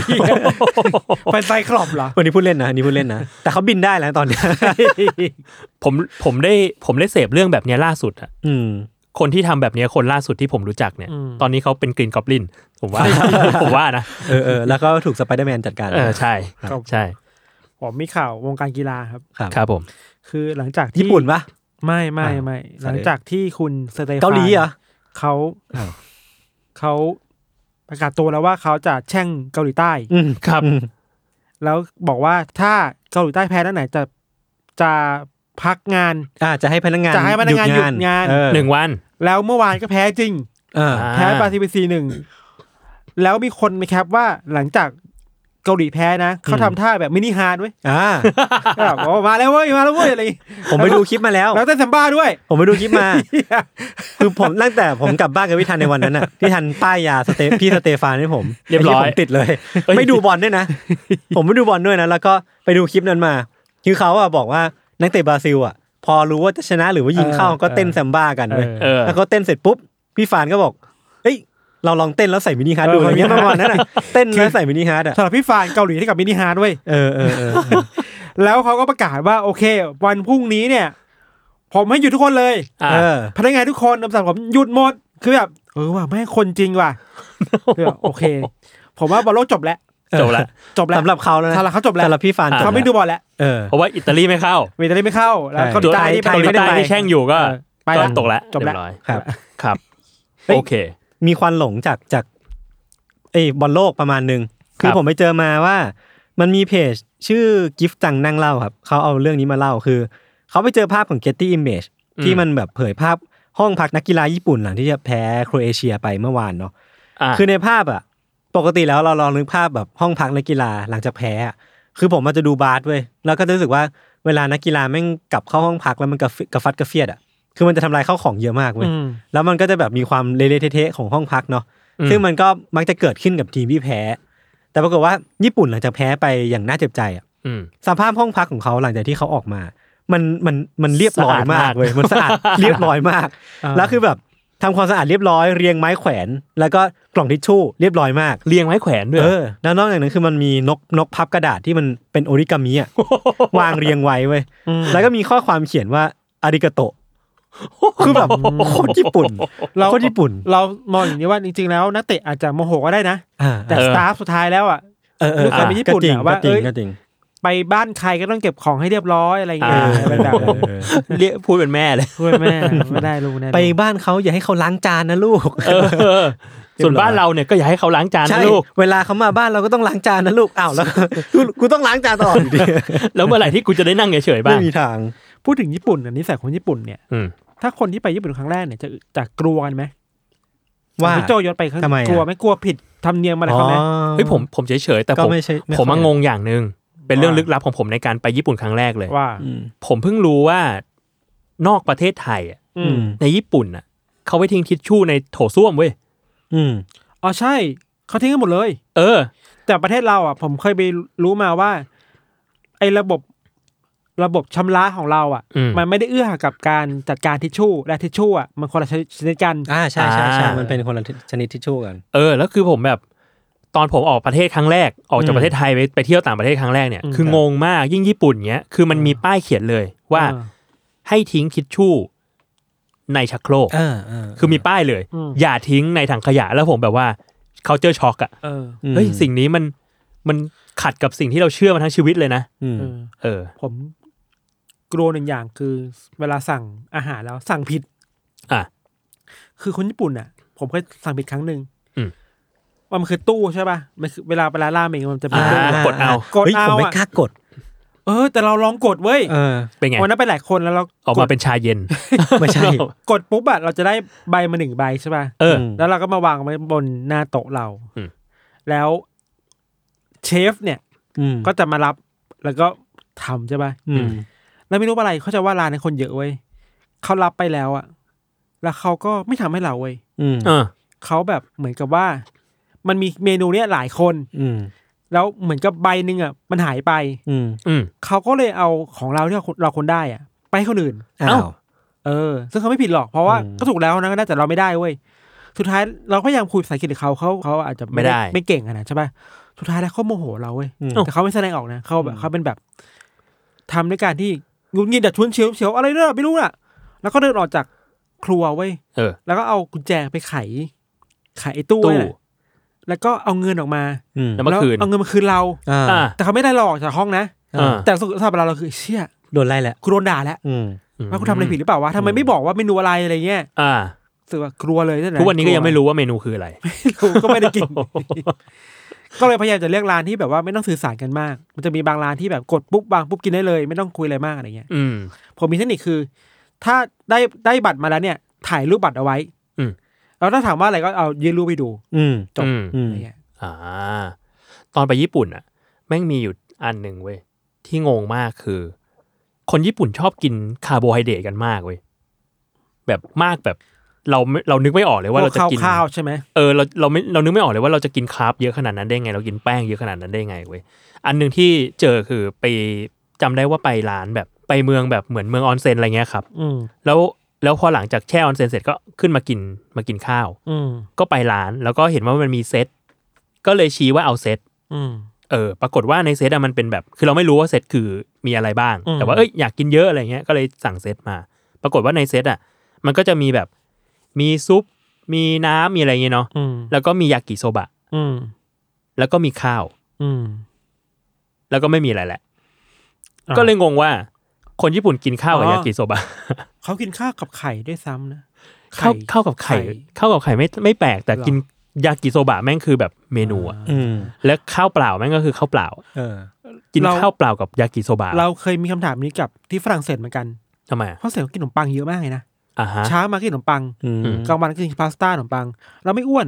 S3: เป็นไซคลอปเหรอ
S2: วันนี้พูดเล่นนะอันนี้พูดเล่นนะ แต่เขาบินได้แล้วตอนนี้
S4: ผมผมได้ผมได้เสพเรื่องแบบเนี้ยล่าสุดอะ
S2: อืม
S4: คนที่ทำแบบเนี้ยคนล่าสุดที่ผมรู้จักเนี่ย
S3: อืม
S4: ตอนนี้เขาเป็นกรีนกอบลิน ผมว่า ผมว่านะ
S2: เออเออแล้วก็ถูกสไปเดอร์แมนจัด การ
S4: เออใช่
S3: ครับ
S4: ใช่
S3: ผมมีข่าววงการกีฬาครับ
S2: ครับ
S4: ครับผม
S3: คือหลังจากที่
S2: ญี่ปุ่นปะ
S3: ไม่ไม่
S2: อ่า
S3: ไม่
S2: สวัสดี
S3: หลังจากที่คุณสเตฟาน
S2: เกาหลีเหรอ
S3: เขา
S2: อ้าว
S3: เขาประกาศตัวแล้วว่าเขาจะแช่งเกาหลีใต้
S2: อืม
S4: ครับ
S2: อืม
S3: แล้วบอกว่าถ้าเกาหลีใต้แพ้นัดไหนจะจะพักงาน
S2: อ่าจะให้พนักงาน
S3: จะให้พนักงานหยุดงาน
S2: เออ
S4: หนึ่งวัน
S3: แล้วเมื่อวานก็แพ้จริง
S2: เออ
S4: อ่า
S3: แพ้ปาซิฟิซีหนึ่งแล้วมีคนไหมครับว่าหลังจากเกาหลีแพ้นะ เขาทำท่าแบบมินิฮาร์ดเว้ ย
S2: อ่า
S3: แบบโอ้มาแล้วเว้ย มาแล้วเว้ยอะไรอย่างงี้
S2: ผมไปดูคลิปมาแล้ว
S3: แล้วเต้นซัมบ้าด้วย
S2: ผมไปดูคลิปมา คือผมตั้งแต่ผมกลับบ้านกับพี่ทันในวันนั้นน่ะ พี่ทันป้ายยาสเตพี่สเตฟานให้ผม
S4: เรียบร้อย
S2: ไที่ผมติดเลย
S4: เอ้ย
S2: ไม่ดูบอลด้วยนะ ผมไม่ดูบอลด้วยนะ แล้วก็ไปดูคลิปนั้นมา คือเขาอะบอกว่านักเตะบราซิลอะพอรู้ว่าจะชนะหรือว่ายิงเข้า
S3: เออ
S2: ก็เต้นแซมบ้ากันเว้ย
S3: เออ
S4: เออ
S2: แล้วก็เต้นเสร็จปุ๊บ พี่ฟานก็บอกเอ้ย เราลองเต้นแล้วใส่มินิฮาร์ดดูอะไรเงี้ยประมาณนั้นน่ะเต้นแล้วใส่มินิฮาร์ดอะ
S3: สำหรับพี่ฟานเกาหลีที่กับมินิฮาร์ดเว้ย
S2: เออเออเออเออ
S3: แล้วเขาก็ประกาศว่าโอเค วันพรุ่งนี้เนี่ย ผมให้หยุดทุกคนเลย
S4: อ่า
S2: เออ
S3: พนักงานทุกคนคำสั่งผมหยุดหมด คือแบบเออว่าแม่งคนจริง ว่ะคือแบบโอเค ผมว่าบอลโลกจบแล้ว
S4: จบละ
S3: จบแล้ว
S2: สำหรับเขาแล้วนะ
S3: สำหรับเขาจบแล้ว
S2: สำหรับพี่ฟาน
S4: อ่ะ
S3: เขาไม่ดูบอลแล้ว
S2: เออ
S4: เพราะว่าอิตาลีไม่เข้า
S3: เวลาไม่เข้าแล้วเกาหลีใต้ที่
S2: ไท
S3: ไป
S2: ย
S4: เกา
S2: ไม่
S4: หลี
S2: ได้
S4: ใต้
S2: ไป
S4: ที่แช่งอยู่ก็
S3: เออไปละ
S4: ก็ตกละ
S3: จบละ
S4: เรียร้อย
S2: ครับ
S4: ครับ
S2: เฮ้ย
S4: โอเค
S2: มีควันหลงจากจากไอ้บอลโลกประมาณหนึ่ง
S4: ค
S2: คื
S4: รับ
S2: อผมไปเจอมาว่า มันมีเพจชื่อกิฟต์จังนั่งเล่าครับเขาเอาเรื่องนี้มาเล่าคือ เขาไปเจอภาพของ Getty Image ที่มันแบบเผยภาพห้องพักนักกีฬาญี่ปุ่นหลังที่จะแพ้โครเอเชียไปเมื่อวานเนาะ
S4: อ่ะ
S2: คือในภาพอะปกติแล้วเราลองนึกภาพแบบห้องพักนักกีฬาหลังจากแพ้อะคือผมมาจะดูบาสเว้ยแล้วก็จะรู้สึกว่าเวลานักกีฬาแม่งกลับเข้าห้องพักแล้วมันกระฟิกระฟัดกระเฟียดอะคือมันจะทำลายข้าวของเยอะมากเว้ย
S3: อืม
S2: แล้วมันก็จะแบบมีความเละๆเทะๆของห้องพักเนาะ ซึ่งมันก็มักจะเกิดขึ้นกับทีมที่แพ้ แต่ปรากฏว่าญี่ปุ่นหลังจากแพ้ไปอย่างน่าเจ็บใจอะ
S4: อืม
S2: สภาพห้องพักของเขาหลังจากที่เขาออกมา มันมันมันเรียบร้อยมาก
S4: สะอาดมาก
S2: เว้ยมันสะอาด เรียบร้อยมาก แล้วคือแบบทำความสะอาดเรียบร้อยเรียงไม้แขวน แล้วก็กล่องทิชชู่เรียบร้อยมาก
S4: เรียงไม้แขวนด้วย
S2: เออแล้วนอกจากนั้นคือมันมีนกนกพับกระดาษที่มันเป็นโอริกา มิอ่ะ วางเรียงไว้เว้ยแล้วก็มีข้อความเขียนว่าอาริกาโตะคือ แบบโคตรญี่ปุ่น
S3: เรา
S2: โคตรญี่ปุ่น
S3: เรามองอย่างนี้ว่าจริงๆแล้วนักเตะอาจจะโมโหก็ได้นะ
S2: อ่า
S3: แต่สตาฟสุดท้ายแล้วอ่ะ
S2: เออเอ
S3: ด้
S2: อ
S3: วยความเป็นญี่ปุ่น
S2: ก็จริง
S3: อะว่า
S2: ก็จริง
S3: เอ้ย
S2: ก็จริง
S3: ไปบ้านใครก็ต้องเก็บของให้เรียบร้อยอะไรอย่าง
S2: เอ
S3: เงี้ย
S2: อ
S3: เป็นแบบนั้น
S2: เออ
S4: เรียกพูดเป็นแม่เลย
S3: ช่วย แม่ไม่ได้รู้แน่
S2: ไปบ้านเขาอย่าให้เขาล้างจานนะลูก
S4: เออ ส่วนบ้านเราเนี่ยก็อย่าให้เขาล้างจาน
S2: ใช่
S4: นะลูก
S2: เวลาเขามาบ้านเราก็ต้องล้างจานนะลูกอ้าวแล้ว กูกูต้องล้างจานตลอดอยู่ดี
S4: แล้วเมื่อไหร่ที่กูจะได้นั่งเฉยๆ
S2: ไม่
S4: บ้าง
S2: มีทาง
S3: พูดถึงญี่ปุ่นอันนี้สัยคนญี่ปุ่นเนี่ย
S4: อืม
S3: ถ้าคนที่ไปญี่ปุ่นครั้งแรกเนี่ยจะจะกลัวกันไหม
S2: ว่า
S3: พี่โจยศไปครั้ง
S2: ทำไมอะ
S3: กลัวไหม่กลัวผิดทำเนียมอะไร
S2: อ๋อ
S3: เขาไหม
S4: เฮ้ยผมผมเฉยๆแต่
S2: ก็
S4: ผม
S2: ไม่ใช่
S4: ผม
S2: ค่
S4: มาย งงอย่างหนึ่งเป็น
S3: ว่า
S4: เรื่องลึกลับของผมในการไปญี่ปุ่นครั้งแรกเลย
S3: ว่า
S2: อืม
S4: ผมเพิ่งรู้ว่านอกประเทศไทยอะ
S3: อื
S2: อื
S3: ม
S2: ม
S4: ในญี่ปุ่นอ่ะเขาไปทิ้งทิชชู่ในโถส้วมเว้ย
S2: อืม
S3: อ๋อใช่เขาทิ้งกันหมดเลย
S4: เออ
S3: แต่ประเทศเราอ่ะ ผมเคยไปรู้มาว่า ไอ้ระบบระบบชำระของเราอ่ะ
S4: อืม
S3: มันไม่ได้เอื้อกับการจัดการทิชชู่และทิชชู่อ่ะมันคนละชนิดกัน
S2: อ่าใช่ใช่ใช่
S4: อ่ามั
S2: มันเป็นคนละชนิดทิชชู่กัน
S4: เออแล้วคือผมแบบ ตอนผมออกประเทศครั้งแรกออกจากประเทศไทยไปไปเที่ยวต่างประเทศครั้งแรกเนี่ย
S3: อืม
S4: คืองงมากยิ่งญี่ปุ่นเนี้ยคือมันมีป้ายเขียนเลยว่า
S3: เออ
S4: ให้ทิ้งทิชชู่ในชักโครก
S2: เออเออ
S4: คือมีป้ายเลย
S3: อืม
S4: อย่าทิ้งในถังขยะแล้วผมแบบว่าเขาเจอช็อกอะ
S3: เออ
S2: อืม
S4: เฮ้ยสิ่งนี้มันมันขัดกับสิ่งที่เราเชื่อมาทั้งชีวิตเลยนะ
S2: อืม
S3: เออ
S4: เออ
S3: ผมกลัวหนึ่งอย่างคือเวลาสั่งอาหารแล้วสั่งผิด
S4: อ่ะ
S3: คือคนญี่ปุ่นอ่ะ ผมเคยสั่งผิดครั้งหนึ่ง
S4: อืม
S3: ว่ามันคือตู้ใช่ป่ะมันคือเวลาไปร้านราเมงมันจะมี
S4: อ่า
S3: ตู้
S4: กดเอา
S3: กด
S2: ฮ้ย
S3: เอา
S2: ผมไม่
S3: อะ
S2: กล้ากด
S3: เออ แต่เราลองกดเว้ย
S2: เออ
S4: เป็นไง
S3: วันนั้นไปหลายคนแล้วเรา
S4: ออกมาเป็นชาเย็น
S2: ไม่ ใช่
S3: กดปุ๊บอะเราจะได้ใบมาหนึ่งใบใช่ป่ะ
S4: เออ
S2: ม
S3: แล้วเราก็มาวางไว้บนหน้าโต๊ะเรา
S4: อืม
S3: แล้วเชฟเนี่ย
S2: อืม
S3: ก็จะมารับแล้วก็ทำใช่ป่ะ
S2: อืม
S3: แล้วไม่รู้ว่าอะไรเขาจะว่าร้านในคนเยอะเว้ยเขารับไปแล้วอะแล้วเขาก็ไม่ทำให้เราเว้ย
S2: อืม
S4: เออ
S3: เขาแบบเหมือนกับว่า มันมีเมนูเนี้ยหลายคน
S2: อืม
S3: แล้วเหมือนกับใบหนึ่งอะมันหายไป
S2: อืม
S4: อืม
S3: เขาก็เลยเอาของเราที่เราเราคนได้อะไปให้คนอื่น
S2: อ้า
S4: เอ้า
S2: ว
S3: เออ ซึ่งเขาไม่ผิดหรอกเพราะว่า
S2: อืม
S3: ก็ถูกแล้วนะก็ได้แต่เราไม่ได้เว้ยสุดท้ายเราก็พยายามคุยภาษาอังกฤษกับเขาเขาเขาอาจจะ
S4: ไม่ได้
S3: ไม่เก่งอะนะใช่ป่ะสุดท้ายแล้วเขาโมโหเราเว้ย
S2: อืม
S3: แต่เขาไม่แสดงออกนะเขาแบบเขาเป็นแบบทำด้วยการที่หงุดหงิดดัดชวนเฉียวเฉียวอะไรเนี่ยไม่รู้น่ะ แล้วก็เดินออกจากครัวเว้ย
S4: เออ
S3: แล้วก็เอากุญแจไปไข ไขไอ้ตู้
S4: ตู้
S3: ไว้น่ะแล้วก็เอาเงินออกมา
S2: อืม
S4: แล้วมาคืน
S3: เอาเงินมาคืนเรา
S2: อ่า
S4: อ่า
S3: แต่เขาไม่ได้เราออกจากห้องนะ
S4: อ่า
S3: แต่สุดท้ายเราเราคือเชี่ย
S2: โดนไล่แหละ
S3: กูโดนด่าแล้ว
S2: อืม
S3: ว่ากูทำอะไรผิดหรือเปล่าวะทำไมไม่บอกว่าเมนูอะไรอะไรเงี้ย
S4: อ่า
S3: รู้สึกว่ากลัวเลยนั่นแหละ
S4: ทุกวันนี้ก็ยังไม่รู้ว่าเมนูคืออะไร
S3: กลัวก็ไม่ได้กิน ก็เลยพยายามจะเลือกร้านที่แบบว่าไม่ต้องสื่อสารกันมาก มันจะมีบางร้านที่แบบกดปุ๊บวางปุ๊บกินได้เลย ไม่ต้องคุยอะไรมากอะไรเงี้ย
S4: อืม
S3: ผมมีเทคนิคคือ ถ้าได้ได้บัตรมาแล้วเนี่ย ถ่ายรูปบัตรเอาไว้
S4: อืม
S3: แล้วถ้าถามว่าอะไรก็เอายื่นรูปไปดู
S2: อืม
S3: จบ
S4: อืม
S2: อื
S3: อะ
S2: ม
S3: ไรเงี้ย
S4: อ่า ตอนไปญี่ปุ่นอ่ะ แม่งมีอยู่อันหนึ่งเว้ย ที่งงมากคือ คนญี่ปุ่นชอบกินคาร์โบไฮเดรตกันมากเว้ย แบบมากแบบเราไม่เรานึกไม่ออกเลยว่าเราจะกิน
S3: ข้าวๆใช่ไหม
S4: เออเราเราไม่เรานึกไม่ออกเลยว่าเราจะกินคาร์บเยอะขนาดนั้นได้ไง เรากินแป้งเยอะขนาดนั้นได้ไงเว้ยอันหนึ่งที่เจอคือไปจำได้ว่าไปร้านแบบไปเมืองแบบเหมือนเมืองออนเซ็นอะไรเงี้ยครับ
S3: อืม
S4: แล้วแล้วพอหลังจากแช่ออนเซ็นเสร็จก็ขึ้นมากินมากินข้าว
S3: อืม
S4: ก็ไปร้านแล้วก็เห็นว่ามันมีเซตก็เลยชี้ว่าเอาเซต
S3: อืม
S4: เออปรากฏว่าในเซตอะมันเป็นแบบ คือเราไม่รู้ว่าเซตคือมีอะไรบ้าง
S3: อืม
S4: แต่ว่าเอ้ยอยากกินเยอะอะไรเงี้ยก็เลยสั่งเซตมา ปรากฏว่าในเซตอะมันก็จะมีแบบมีซุปมีน้ำมีอะไรเงี้ยเนาะ
S3: อืม
S4: แล้วก็มียากิโซบะ
S3: อืม
S4: แล้วก็มีข้าว
S3: อืม
S4: แล้วก็ไม่มีอะไรแหละ
S3: อ่า
S4: ก็เลยงงว่า คนญี่ปุ่นกินข้าวกับ
S3: อ๋อ
S4: ยากิโซบะ
S3: เขากินข้าวกับไข่ด้วยซ้ำนะไข่
S4: ข้าวข้าวกับไข่
S3: ไข่
S4: ข้าวกับไข่ไม่ไม่แปลก แต่
S3: หรอ
S4: กินยากิโซบะแม่งคือแบบเมนูอะ
S2: อืม
S4: และข้าวเปล่าแม่งก็คือข้าวเปล่า
S2: เออ
S4: กิน
S3: เรา
S4: ข้าวเปล่ากับยากิโซบะ
S3: เราเคยมีคำถามนี้กับที่ฝรั่งเศสเหมือนกัน
S4: ทำไมอะ
S3: เพราะเศสเขากินขนมปังเยอะมากเลยนะ
S4: อ่าฮะ
S3: เช้ามากินขนมปัง
S2: อืม
S3: กลางวันก็กินพาสต้าขนมปัง เราไม่อ้วน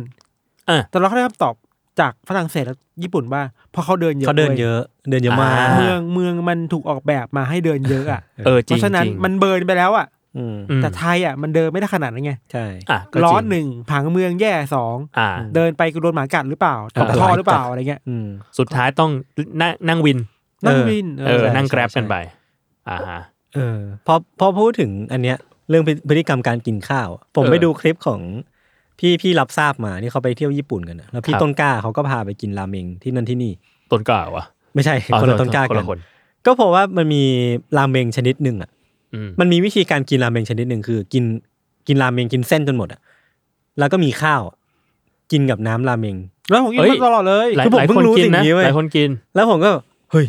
S4: อ่ะ
S3: แต่เราก็ได้คำตอบจากฝรั่งเศสและญี่ปุ่นว่าเพราะเขาเดินเยอะ
S2: เขาเดิน
S3: ว้
S2: เยอะ เดินเยอะมาก
S4: อ่า
S3: เมืองเมืองมันถูกออกแบบมาให้เดินเยอะอ่ะ
S4: เอ อจ
S3: เพ
S4: ริง
S3: ราะฉะนั้น
S4: จริง
S3: มันเบิร์นไปแล้วอ่ะ
S2: อืม
S4: อืม
S3: แต่ไทยอ่ะมันเดินไม่ได้ขนาดนั้นไง
S2: ใช่
S4: อ่ะก็จง
S3: ร้อนหนึ่งผังเมืองแย่สอง
S4: อ่า
S3: เดินไปกูโดนหมากัดหรือเปล่าตก
S4: เออ
S3: ท่อหรือเปล่าอะไรเงี้ย
S2: อืม
S4: สุดท้ายต้องนั่งนั่งวิน
S3: นั่ง
S2: เออ
S3: วินเอ
S4: เอ
S3: อ
S4: อ นั่ง
S2: ใช่
S4: แกร็บ
S2: ใช่
S4: กันไป อ่าฮะ
S2: เออพอพอพูดถึงอันเนี้ย เรื่องพฤพฤติกรรมการกินข้าวอะผม
S4: เออ
S2: ไปดูคลิปของพี่พี่รับทราบมานี่เขาไปเที่ยวญี่ปุ่นกันนะแล้วพี่
S4: ครับ
S2: ต้นกล้าเขาก็พาไปกินราเมงที่นั่นที่นี่
S4: ต้นกล้าวะ
S2: ไม่ใช่
S4: อ๋อ
S2: คนละต้นกล้า
S4: คน
S2: กั
S4: ละ
S2: น
S4: คน
S2: ก็เพราะว่ามันมีราเมงชนิดหนึ่งอ่ะ
S4: อืม
S2: มันมีวิธีการกินราเมงชนิดหนึ่งคือ กินกินราเมงกินเส้นจนหมดอ่ะแล้วก็มีข้าวอะกินกับน้ำราเมง
S3: แล้วผมกินมาตลอดเลย
S4: หลาย
S2: คือผม
S4: หลาย
S2: เพิ่ง
S4: คน
S2: รู้
S4: กิน
S2: สิ่ง
S4: นะ
S2: นี้เว้ย
S4: หลายคนกิน
S2: แล้วผมก็เฮ้ย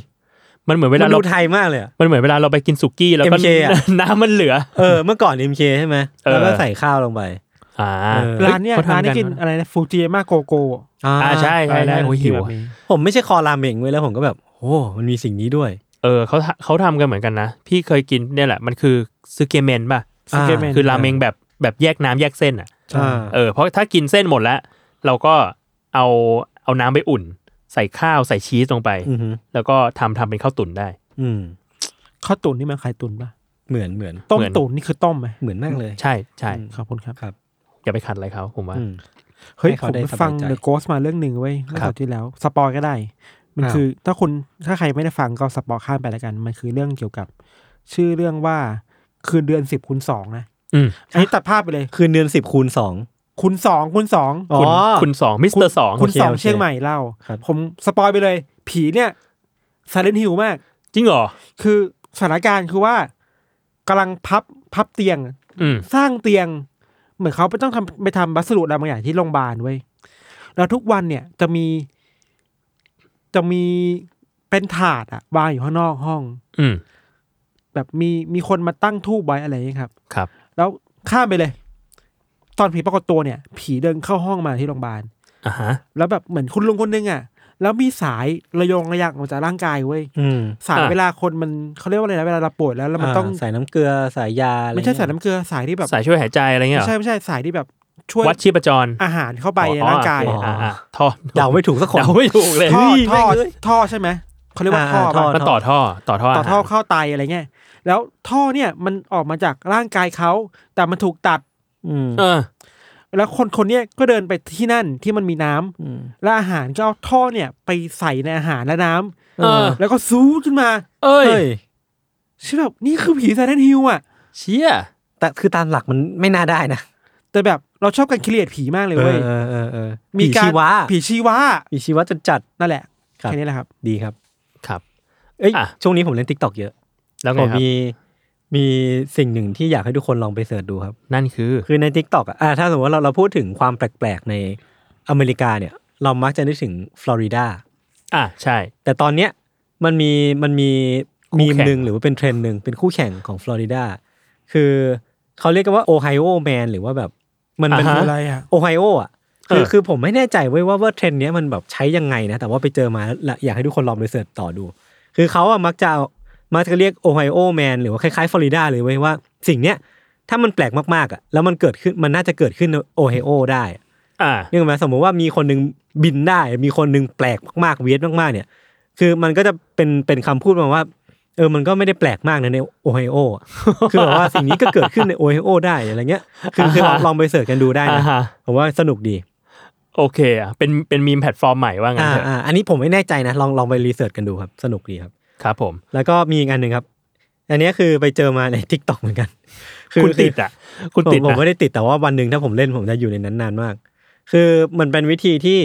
S4: มันเหมือนเว
S2: มั
S4: ลาน เรา
S2: ดูไทยมากเลยอะ
S4: มันเหมือนเวลาเราไปกินสุกี้แล้วก็
S2: MK อะ
S4: น้ำมันเหลือ
S2: เออเมื่อก่อนเอ็มเคใช่ไหม
S4: เออ
S2: แล้วก็ใส่ข้าวลงไป
S4: อ่า
S2: เออ
S3: ร้านเนี้ย
S4: ขทำ
S3: ร้านนี้กิน
S4: กั
S3: อะไรนะฟูจิมาโกโก้
S2: อ่า
S4: อ่าใช่ใช่ใช่โอ้ยหิว
S3: แบบ
S4: อะ
S3: นี้
S2: ผมไม่ใช่คอราเมงเว้ยแล้วผมก็แบบโอ้มันมีสิ่งนี้ด้วย
S4: เออเขาทำเขาทำกันเหมือนกันนะ พี่เคยกินเนี่ยแหละมันคือซึเกเมนป่ะ
S3: ซึเกะเมน
S4: คือราเมงแบบแบบแยกน้ำแยกเส้นอ่ะ
S2: อ่า
S4: เออเพราะถ้ากินเส้นหมดแล้ว เราก็เอาเอาน้ำไปอุ่น ใส่ข้าวใส่ชีสลงไป
S2: อือหือ
S4: แล้วก็ทำทำเป็นข้าวตุ๋นได้
S2: อืม
S3: ข้าวตุ๋นนี่มันไข่ตุ๋นป่ะ
S2: เหมือนเหมือน
S3: ต้ม
S4: เหมือน
S3: ตุ๋นนี่คือต้มไหม
S2: เหมือนมากเลย
S4: ใช่ใช่
S3: ขอบคุณครับ
S2: ครับ
S4: อย่าไปขัดอะไรเขาผมว่า
S2: อืม
S3: เฮ้ย
S2: ให้
S3: ผ
S2: เขา
S3: ม
S2: ได้
S3: ไปฟัง
S2: สบายใจ
S3: เดอะโกสมาเรื่องหนึ่งเว้ยเมื่อ
S2: ครั
S3: สั
S2: บ
S3: ปดาห์ที่แล้ว สปอยก็ได้ มัน
S2: อ้าว
S3: คือถ้าคุณถ้าใครไม่ได้ฟังก็สปอยข้ามไปแล้วกัน มันคือเรื่องเกี่ยวกับ ชื่อเรื่องว่าคืนเดือนสิบคูณสองนะ
S4: อืม
S3: อันนี้ตัดภาพไปเลย
S2: คืนเดือนสิบคูณสอง
S3: คูณสองคูณสอง
S2: อ๋อ
S4: คุณคุณสองมิสเตอร์สอง
S3: คูณสอง
S2: โอเค
S3: เชียงใหม่เล่า
S2: ครับ
S3: ผมสปอยไปเลย ผีเนี่ยซาเลนฮิวมาก
S4: จริงเหรอ
S3: คือสถานการณ์คือว่ากำลังพับพับเตียง
S4: อืม
S3: สร้างเตียง เหมือนเขาไปต้องทำไปทำวัสดุอะไรบางอย่างที่โรงพยาบาลเว้ยแล้วทุกวันเนี่ยจะมี จะมีเป็นถาดอะวางอยู่ข้างนอกห้อง
S4: อืม
S3: แบบมีมีคนมาตั้งทูบไว้อะไรอย่างนี้ยครับ
S4: ครับ
S3: แล้วข้ามไปเลย ตอนผีปรากฏตัวเนี่ย ผีเดินเข้าห้องมาที่โรงพยาบาล
S4: อ่าฮะ
S3: แล้วแบบเหมือนคุณลุงคนนึงอะแล้วมีสายระยงระยางออกจากร่างกายเว้ย
S2: อืม
S3: สาย
S4: อ่ะ
S3: เวลาคนมันเขาเรียกว่าอะไรนะเวลาเราป่วยแล้วแล้วมันต้อง
S2: าใส่น้ำเกลือสายยาอะร
S3: ไม่ใช่
S2: เงี้ย
S3: สายน้ำเกลือสายที่แบบ
S4: สายช่วยหายใจอะไรเงี้ยเหร
S3: ไม่
S4: อ
S3: ใช่ไม่ใช่สายที่แบบช่วย
S4: วัดชีพจร
S3: อาหารเข้าไปในร่างกาย
S4: อ๋อ
S3: อะ
S4: อ่าอ่าท่อ
S2: เดาไม่ถูกสักคน
S4: เดาไม่ถูกเลย
S3: ท่อ
S2: เฮ้ย
S3: ท่อ
S2: แม่งเอ้ย
S3: ท่อใช่ไหมเขาเรียกว่า
S2: อ่า
S3: ท่อ
S2: ท่อ
S3: ปะ
S4: มันต่อท่อต่อท่อ
S3: ต่อท่อ
S4: อาหาร
S3: เข้าไตอะไรเงี้ยแล้วท่อเนี่ยมันออกมาจากร่างกายเขาแต่มันถูกตัด
S2: อืม
S4: เออ
S3: แล้วคนคนเนี้ยก็เดินไปที่นั่นที่มันมีน้ำ
S2: อืม
S3: และอาหารก็เอาท่อเนี่ยไปใส่ในอาหารและน้ำ
S4: เออ
S3: แล้วก็ซูดขึ้นมา
S4: เอ้ย
S2: เฮ้ย
S3: ใช่แบบนี่คือผีไซเลนฮิวอ่ะ
S4: เชี่ย
S2: แต่คือตามหลักมันไม่น่าได้นะ
S3: แต่แบบเราชอบการคิเลตผีมากเลยเว้ย
S2: เออเออเออ
S3: มี
S2: ผี
S3: การ
S2: ชีวะ
S3: ผีชีวะ
S2: ผีชีวะจัดจัด
S3: นั่นแหละ
S2: ครับ
S3: แค่นี้แหละครับ
S2: ดีครับ
S4: ครับ
S2: เอ้ย
S4: อ่ะ
S2: ช่วงนี้ผมเล่นทิกตอกเยอะ
S4: แล้วไง
S2: ผม
S4: ครับ
S2: มีมีสิ่งหนึ่งที่อยากให้ทุกคนลองไปเสิร์ชดูครับ
S4: นั่นคือ
S2: คือใน t ิ k t o k อ่ะอ่าถ้าสมมติว่าเราเราพูดถึงความแปลกๆ ในอเมริกาเนี่ย เรามักจะนึกถึงฟลอริดา
S4: อ่ะใช่
S2: แต่ตอนเนี้ยมันมีมันมี
S4: คู่
S2: มีม
S4: แข่ง
S2: หนึ่งหรือว่าเป็นเทรนด์หนึ่งเป็นคู่แข่งของฟลอริดา คือเขาเรียกกันว่าโอไฮโอแมนหรือว่าแบบมันเป็น
S4: อ่าฮะ
S3: อะไรอ่ะ
S2: โอไฮโออ่ะคือ
S4: เออ
S2: คือผมไม่แน่ใจเว้ยว่าว่าเทรนด์เนี้ยมันแบบใช้ยังไงนะ แต่ว่าไปเจอมาและอยากให้ทุกคนลองไปเสิร์ชต่อดู คือเขาอะมักจะเอามักจะเรียกโอไฮโอแมนหรือว่าคล้ายๆฟลอริดาเลยเว้ยว่าสิ่งเนี้ยถ้ามันแปลกมากๆอ่ะแล้วมันเกิดขึ้นมันน่าจะเกิดขึ้นในโอไฮโอได้
S4: อ่า
S2: นึกออกไหมสมมติว่ามีคนหนึ่งบินได้ มีคนหนึ่งแปลกมากๆเวียดมากๆเนี่ย คือมันก็จะเป็นเป็นคำพูดมาว่า เออมันก็ไม่ได้แปลกมากนะในโอไฮโออะ คือแบบว่าสิ่งนี้ก็เกิดขึ้นในโอไฮโอได้อะไรเงี้ย คือคือลอง
S4: อ่าฮะ
S2: ลองไปเสิร์ชกันดูได้
S4: อ่า
S2: นะ
S4: ฮะ
S2: ผมว่าสนุกดี
S4: โอเคอ่ะเป็นเป็นมีมแพลตฟอร์มใหม่ว่างั้น
S2: อ่า
S4: เถอะ
S2: อ่าอันนี้ผมไม่แน่ใจนะ ลองลองไปรีเสิร์ชกันดูครับ สนุกดีครับ
S4: ครับผม
S2: แล้วก็มีอีกอันหนึ่งครับ อันเนี้ยคือไปเจอมาในทิกตอกเหมือนกัน
S4: คุณติดอ่ะ คุณติด
S2: ผมผมไม่
S4: นะ
S2: ได้ติดแต่ว่าวันหนึ่งถ้าผมเล่นผมจะอยู่ในนั้นนานมาก คือมันเป็นวิธีที่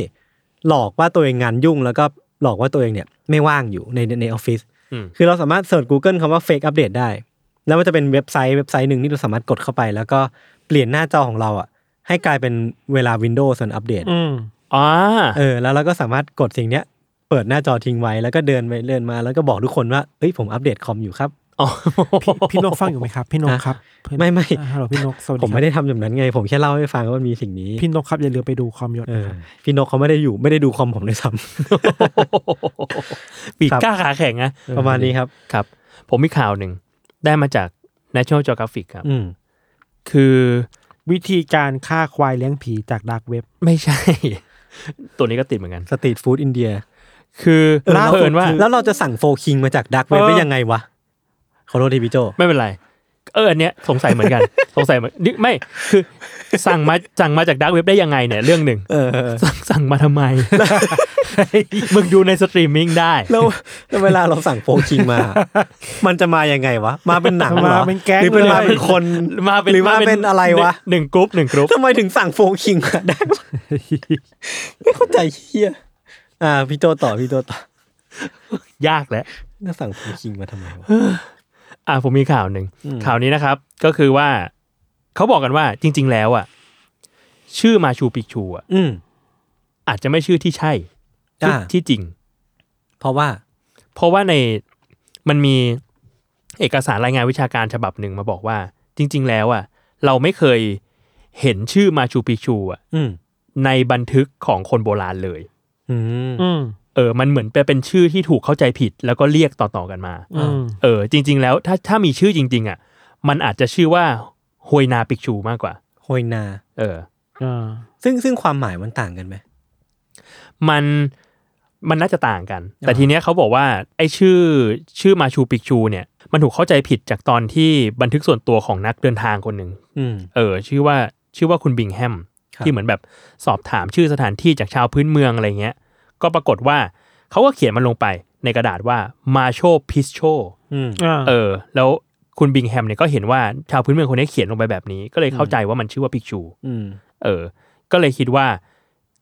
S2: หลอกว่าตัวเองงานยุ่ง แล้วก็หลอกว่าตัวเองเนี่ยไม่ว่างอยู่ในในในออฟฟิศ
S4: อืม
S2: คือเราสามารถเสิร์ช Google คำว่า Fake Update ได้ แล้วมันจะเป็นเว็บไซต์เว็บไซต์หนึ่งที่เราสามารถกดเข้าไป แล้วก็เปลี่ยนหน้าจอของเราอ่ะ ให้กลายเป็นเวลา Windows มันอัปเดต
S3: อืม
S4: อ่า
S2: เออแล้วเราก็สามารถกดสิ่งเนี้ย เปิดหน้าจอทิ้งไว้แล้วก็เดินไปเดินมาแล้วก็บอกทุกคนว่าเอ้ยผมอัปเดตคอมอยู่ครับ
S4: อ๋อ
S3: พี่พี่นกฟังอยู่ไหมครับ พี่นกครับ
S2: ไม่ไม่
S3: อ่าฮัลโหลพี่นกสวัสดี
S2: ผม
S3: ครับ
S2: ไม่ได้ทำแบบนั้นไง ผมแค่เล่าให้ฟังว่ามันมีสิ่งนี้
S3: พี่นกครับอย่าลืมไปดูคอมยศ
S2: เออ
S3: นะครับ
S2: พี่นกเขาไม่ได้อยู่ไม่ได้ดูคอมผมเลยซ้
S4: ปีก
S2: ครับ
S4: กล้าขาแข็งนะ
S2: ำ ประมาณนี้ครับ
S4: ครับ ผมมีข่าวหนึ่ง ได้มาจาก National Geographic ครับ
S2: อืม
S4: คือ
S3: วิธีการฆ่าควายเลี้ยงผีจากดาร์กเว็บ
S4: ไม่ใช่ ตัวนี้ก็ติดเหมือนกัน
S2: สตรีทฟู้ดอินเดีย
S4: คือล่าเผอิญว่า
S2: แล้วเราจะสั่งโฟคิงมาจากดักเว็บได้ยังไงวะขอโทษทีพี่โจ
S4: ไม่เป็นไร เอออันเนี้ยสงสัยเหมือนกัน สงสัยเหมือนนี่ไม่คือสั่งมาสั่งมาจากดักเว็บได้ยังไงเนี่ยเรื่องหนึ่ง
S2: เออ
S4: สั่งสั่งมา ทำไม มึงดูในสตรีมมิ่งได้
S2: แล้วแล้วเวลาเราสั่งโฟกชิงมา มันจะมายังไงวะ มาเป็นหนังเหรอ
S3: มาเป็นแก๊ง
S2: หรือเป็น
S3: เลย
S2: มาเป็นคน
S4: มาเป็น
S2: หรือมาเป็นอะไรวะ
S4: หนึ่งกรุ๊ปหนึ่งกรุ๊ป
S2: ทำไมถึงสั่งโฟกชิงมาได้วะไม่เข้าใจเฮียอ่าพี่โตต่อพี่โตต่อย
S4: ากแล้ว
S2: น่าสั่งโฟกชิงมาทำไมวะ
S4: อ่าผมมีข่าวหนึ่ง
S2: อืม
S4: ข่าวนี้นะครับ ก็คือว่าเขาบอกกันว่าจริง ๆ แล้วอ่ะชื่อมาชูปิกชูอ่ะ
S2: อืม
S4: อาจจะไม่ชื่อที่ใช่ที่
S2: อ่า
S4: ที่จริง
S2: เพราะว่า
S4: เพราะว่าในมันมีเอกสารรายงานวิชาการฉบับหนึ่งมาบอกว่า จริง ๆ แล้วอ่ะเราไม่เคยเห็นชื่อมาชูปิกชูอ่ะ
S2: อืม
S4: ในบันทึกของคนโบราณเลย
S2: อืม
S3: อืม
S4: เออ มันเหมือนเป็นชื่อที่ถูกเข้าใจผิด แล้วก็เรียกต่อๆกันมา
S3: อืม
S4: เออจริง ๆ แล้วถ้าถ้ามีชื่อจริง ๆ อ่ะ มันอาจจะชื่อว่าฮวยนาปิกชูมากกว่า
S2: โฮยนา
S4: เออ
S3: อ่า
S2: ซึ่งซึ่งความหมายมันต่างกันไหม
S4: มันมันน่าจะต่างกัน แต่
S2: อ่า
S4: ทีเนี้ยเขาบอกว่าไอ้ชื่อชื่อมาชูปิกชูเนี่ย มันถูกเข้าใจผิดจากตอนที่บันทึกส่วนตัวของนักเดินทางคนหนึ่ง
S2: อืม
S4: เออ ชื่อว่าชื่อว่าคุณบิงแฮม
S2: ครับ
S4: ที่เหมือนแบบสอบถามชื่อสถานที่จากชาวพื้นเมืองอะไรเงี้ย ก็ปรากฏว่าเขาก็เขียนมันลงไปในกระดาษว่ามาโชพิชโช
S2: อืม
S3: อ่า
S4: เออแล้วคุณบิงแฮมเนี่ยก็เห็นว่าชาวพื้นเมืองคนนี้เขียนลงไปแบบนี้ ก็เลยเข้าใจว่ามันชื่อว่าปิกชู
S2: อืม
S4: เออ ก็เลยคิดว่า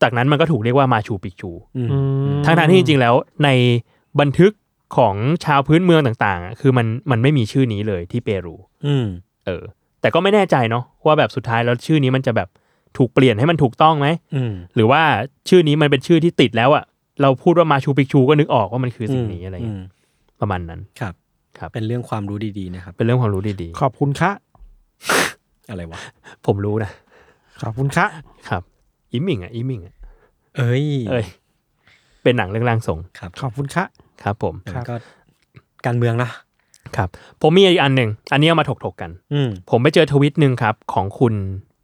S4: จากนั้นมันก็ถูกเรียกว่ามาชูปิกชู
S2: อืม
S3: ม
S4: ทั้งทที่จริงๆแล้วในบันทึกของชาวพื้นเมืองต่างๆอ่ะคือมันมันไม่มีชื่อนี้เลยที่เปรู
S2: อืม
S4: เออ แต่ก็ไม่แน่ใจเนาะว่าแบบสุดท้ายแล้วชื่อนี้มันจะแบบถูกเปลี่ยนให้มันถูกต้องไหม
S2: อืม
S4: หรือว่าชื่อนี้มันเป็นชื่อที่ติดแล้วอะเราพูดว่ามาชูปิกชูก็นึกออกว่ามันคือสิ่งนี้อะไรอย่างเงี้ย
S2: ม
S4: ประมาณนั้น
S2: ครับ
S4: ครับ
S2: เป็นเรื่องความรู้ดีๆนะครับ
S4: เป็นเรื่องความรู้ดี
S3: ขอบคุณค่ะ
S2: อะไรวะ
S4: ๆผมรู้นะ
S3: ขอบคุณค่ะ
S4: ครับอิมมิงอ่ะอิมมิงอ่ะ
S2: เอ้ย
S4: เอ้ยเป็นหนังเรื่องร่างทรง
S2: ครับ
S3: ขอบคุณค่ะ
S4: ครับผม
S3: ครับ
S2: ก็การเมืองนะ
S4: ครับ ผมมีอีกอันหนึ่งอันนี้เอามาถกถกๆกัน
S2: อืม
S4: ผมไปเจอทวิตหนึ่งครับ ของคุณ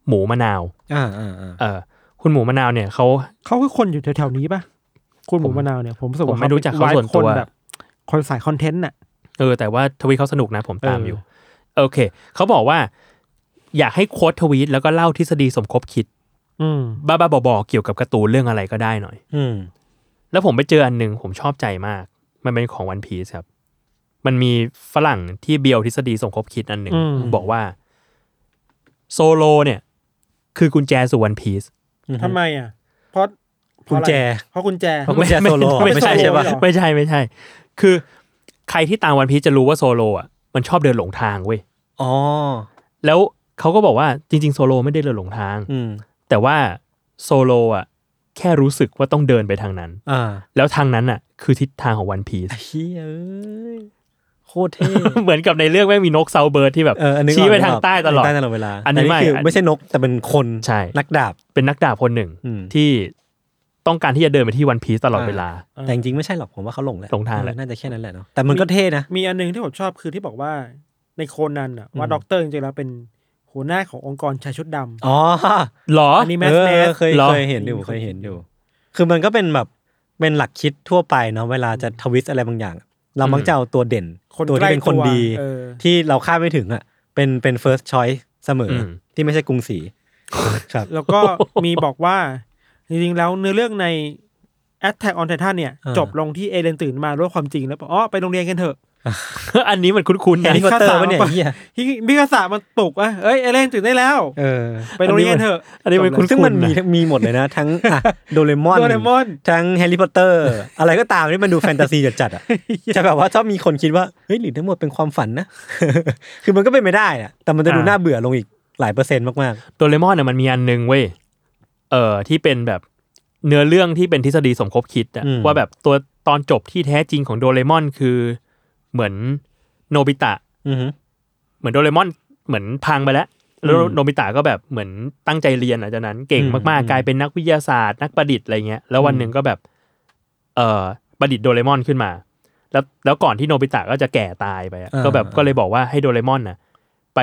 S4: หมูมะนาว
S2: อ่าอ่าอ่า
S4: เออคุณหมูมะนาวเนี่ยเขา
S3: เขาคือคนอยู่แถวๆนี้ปะคุณหมูมะนาวเนี่ยผมรู้สึก
S4: ผม
S3: ว่า
S4: ไม่รู้จักเขาส่วนตัว
S3: คนแบบคนสายคอนเทนต์น่ะ
S4: เออแต่ว่าทวีตเขาสนุกนะผมตาม
S3: เออ
S4: อ
S3: อ
S4: ยู่ โอเค เขาบอกว่า อยากให้โค้ดทวีตแล้วก็เล่าทฤษฎีสมคบคิด
S3: อืม
S4: บ้าๆบอๆเกี่ยวกับการ์ตูนเรื่องอะไรก็ได้หน่อย
S2: อืม
S4: แล้วผมไปเจออันหนึ่งผมชอบใจมาก มันเป็นของวันพีซครับ มันมีฝรั่งที่เบียวทฤษฎีสมคบคิดอันหนึ่ง
S3: อืม
S4: บอกว่าโซโลเนี่ย คือกุญแจสู่วันพีซ
S3: ทำไมอ่ะเพราะเพราะอะไร
S2: กุญแจ
S3: เพราะกุญแจ
S2: เพราะกุญแจโซโล
S3: ไม่
S2: ไม่ใช่
S3: ไม่ใช่
S2: ใช่ปะ
S3: หรอ
S4: ไม่ใช่ไม่ใช่ คือใครที่ตามวันพีซจะรู้ว่าโซโลอ่ะมันชอบเดินหลงทางเว้ย
S2: อ๋อ
S4: แล้วเขาก็บอกว่าจริง ๆ โซโลไม่ได้เดินหลงทาง
S2: อืม
S4: แต่ว่าโซโลอ่ะแค่รู้สึกว่าต้องเดินไปทางนั้น
S2: อ่า
S4: แล้วทางนั้นอ่ะ คือทิศทางของวันพีซ
S2: ไอ้เฮียเอ้ยโคตรเท่
S4: เหมือนกับในเรื่องแม่งมีนกเซาเบิร์ดที่แบบ
S2: เอออันนึกออก
S4: ชี้ไป
S2: นึกก
S4: ทางใต้ตลอด
S2: ใต้ตลอดเวลา
S4: อันนี้ไม่
S2: คื
S4: อัน
S2: ไม่ใช่นกแต่เป็นคน
S4: ใช่
S2: นักดาบ
S4: เป็นนักดาบคนหนึ่ง
S2: อืม
S4: ที่ต้องการที่จะเดินไปที่วันพีซตลอดเวลา
S2: แต่จริงๆไม่ใช่หรอกผมว่าเขาหลงแหละ
S4: หลงทางแหละ
S2: น่าจะแค่นั้นแหละเนาะแต่มันก็เท่นะ
S3: มีอันหนึงที่ผมชอบคือที่บอกว่าในโคนันอ่ะว่า
S2: อืม
S3: ด็อกเตอร์จริงๆแล้วเป็นหัวหน้าขององค์กรชายชุดดำ
S2: อ๋อ
S4: หรอ
S3: นนี้
S2: เอ
S3: Mass
S2: อ
S3: Mass
S2: เคย
S4: หรอ
S2: เคยเห็นอยู่เคยเห็นอยู่ คือมันก็เป็นแบบเป็นหลักคิดทั่วไปเนาะเวลาจะทวิสอะไรบางอย่าง เรามักจะเอาตัวเด่นตัวที่เป็นคนดี
S3: เออ
S2: ที่เราคาดไม่ถึงอ่ะ เป็นเป็น first choice เสมออ
S4: ม
S2: ที่ไม่ใช่กรุงศรีครับ
S3: แล้วก็ มีบอกว่า จริงๆแล้วเนื้อเรื่องใน Attack on Titan เนี่ย
S2: อ่า
S3: จบลงที่เอเลนตื่นมารู้ความจริงแล้วบอกอ๋อไปโรงเรียนกันเถอะ
S4: อันนี้มันคุ้นๆ
S2: แฮ
S4: นะ
S2: ร์รี่พอตเตอร์วะเนี่ย
S3: ข้าวสาร
S2: เฮีย
S3: ฮิมิคาสะมันตกอ่ะเอ้ยเอเลนตื่นได้แล้ว
S2: เออ
S3: ไปโรงเรียนเถอะ
S4: อันนี้มันคุ้นๆ
S2: ซึ่งมันมี
S4: ะ
S2: มีหมดเลยนะ ทั้ง อ่ะโดเรมอน
S3: โดเรมอน
S2: ทั้งแฮร์รี่พอตเตอร์ อะไรก็ตามที่มันดูแฟนตาซีจัดๆอ่ะจะแบบว่าชอบมีคนคิดว่า เฮ้ยหรือทั้งหมดเป็นความฝันนะ คือมันก็เป็นไม่ได้อ่ะ แต่มันจะดู
S3: อ่า
S2: น่าเบื่อลงอีกหลายเปอร์เซ็นต์มาก
S4: โดเรมอนเนี่ยมันมีอันหนึงเว้ยเอ่อที่เป็นแบบเนื้อเรื่องที่เป็นทฤษฎีสมคบคิดอะว่าแบบตัวตอนจบที่แท้จริงของโดเรมอนคือเหมือนโนบิตะ
S2: ๆ อือฮึ
S4: เหมือนโดเรมอนเหมือนพังไปแล้วแล้วโนบิตะก็แบบเหมือนตั้งใจเรียนหลังจากนั้นเก่ง
S2: อืม
S4: มาก
S2: อืม
S4: ๆกลายเป็นนักวิทยาศาสตร์ นักประดิษฐ์อะไรเงี้ยแล้ววันหนึ่งก็แบบ เอ่อประดิษฐ์โดเรมอนขึ้นมา แล้วแล้วก่อนที่โนบิตะก็จะแก่ตายไปอะก็แบบก็เลยบอกว่าให้โดเรมอนน่ะไป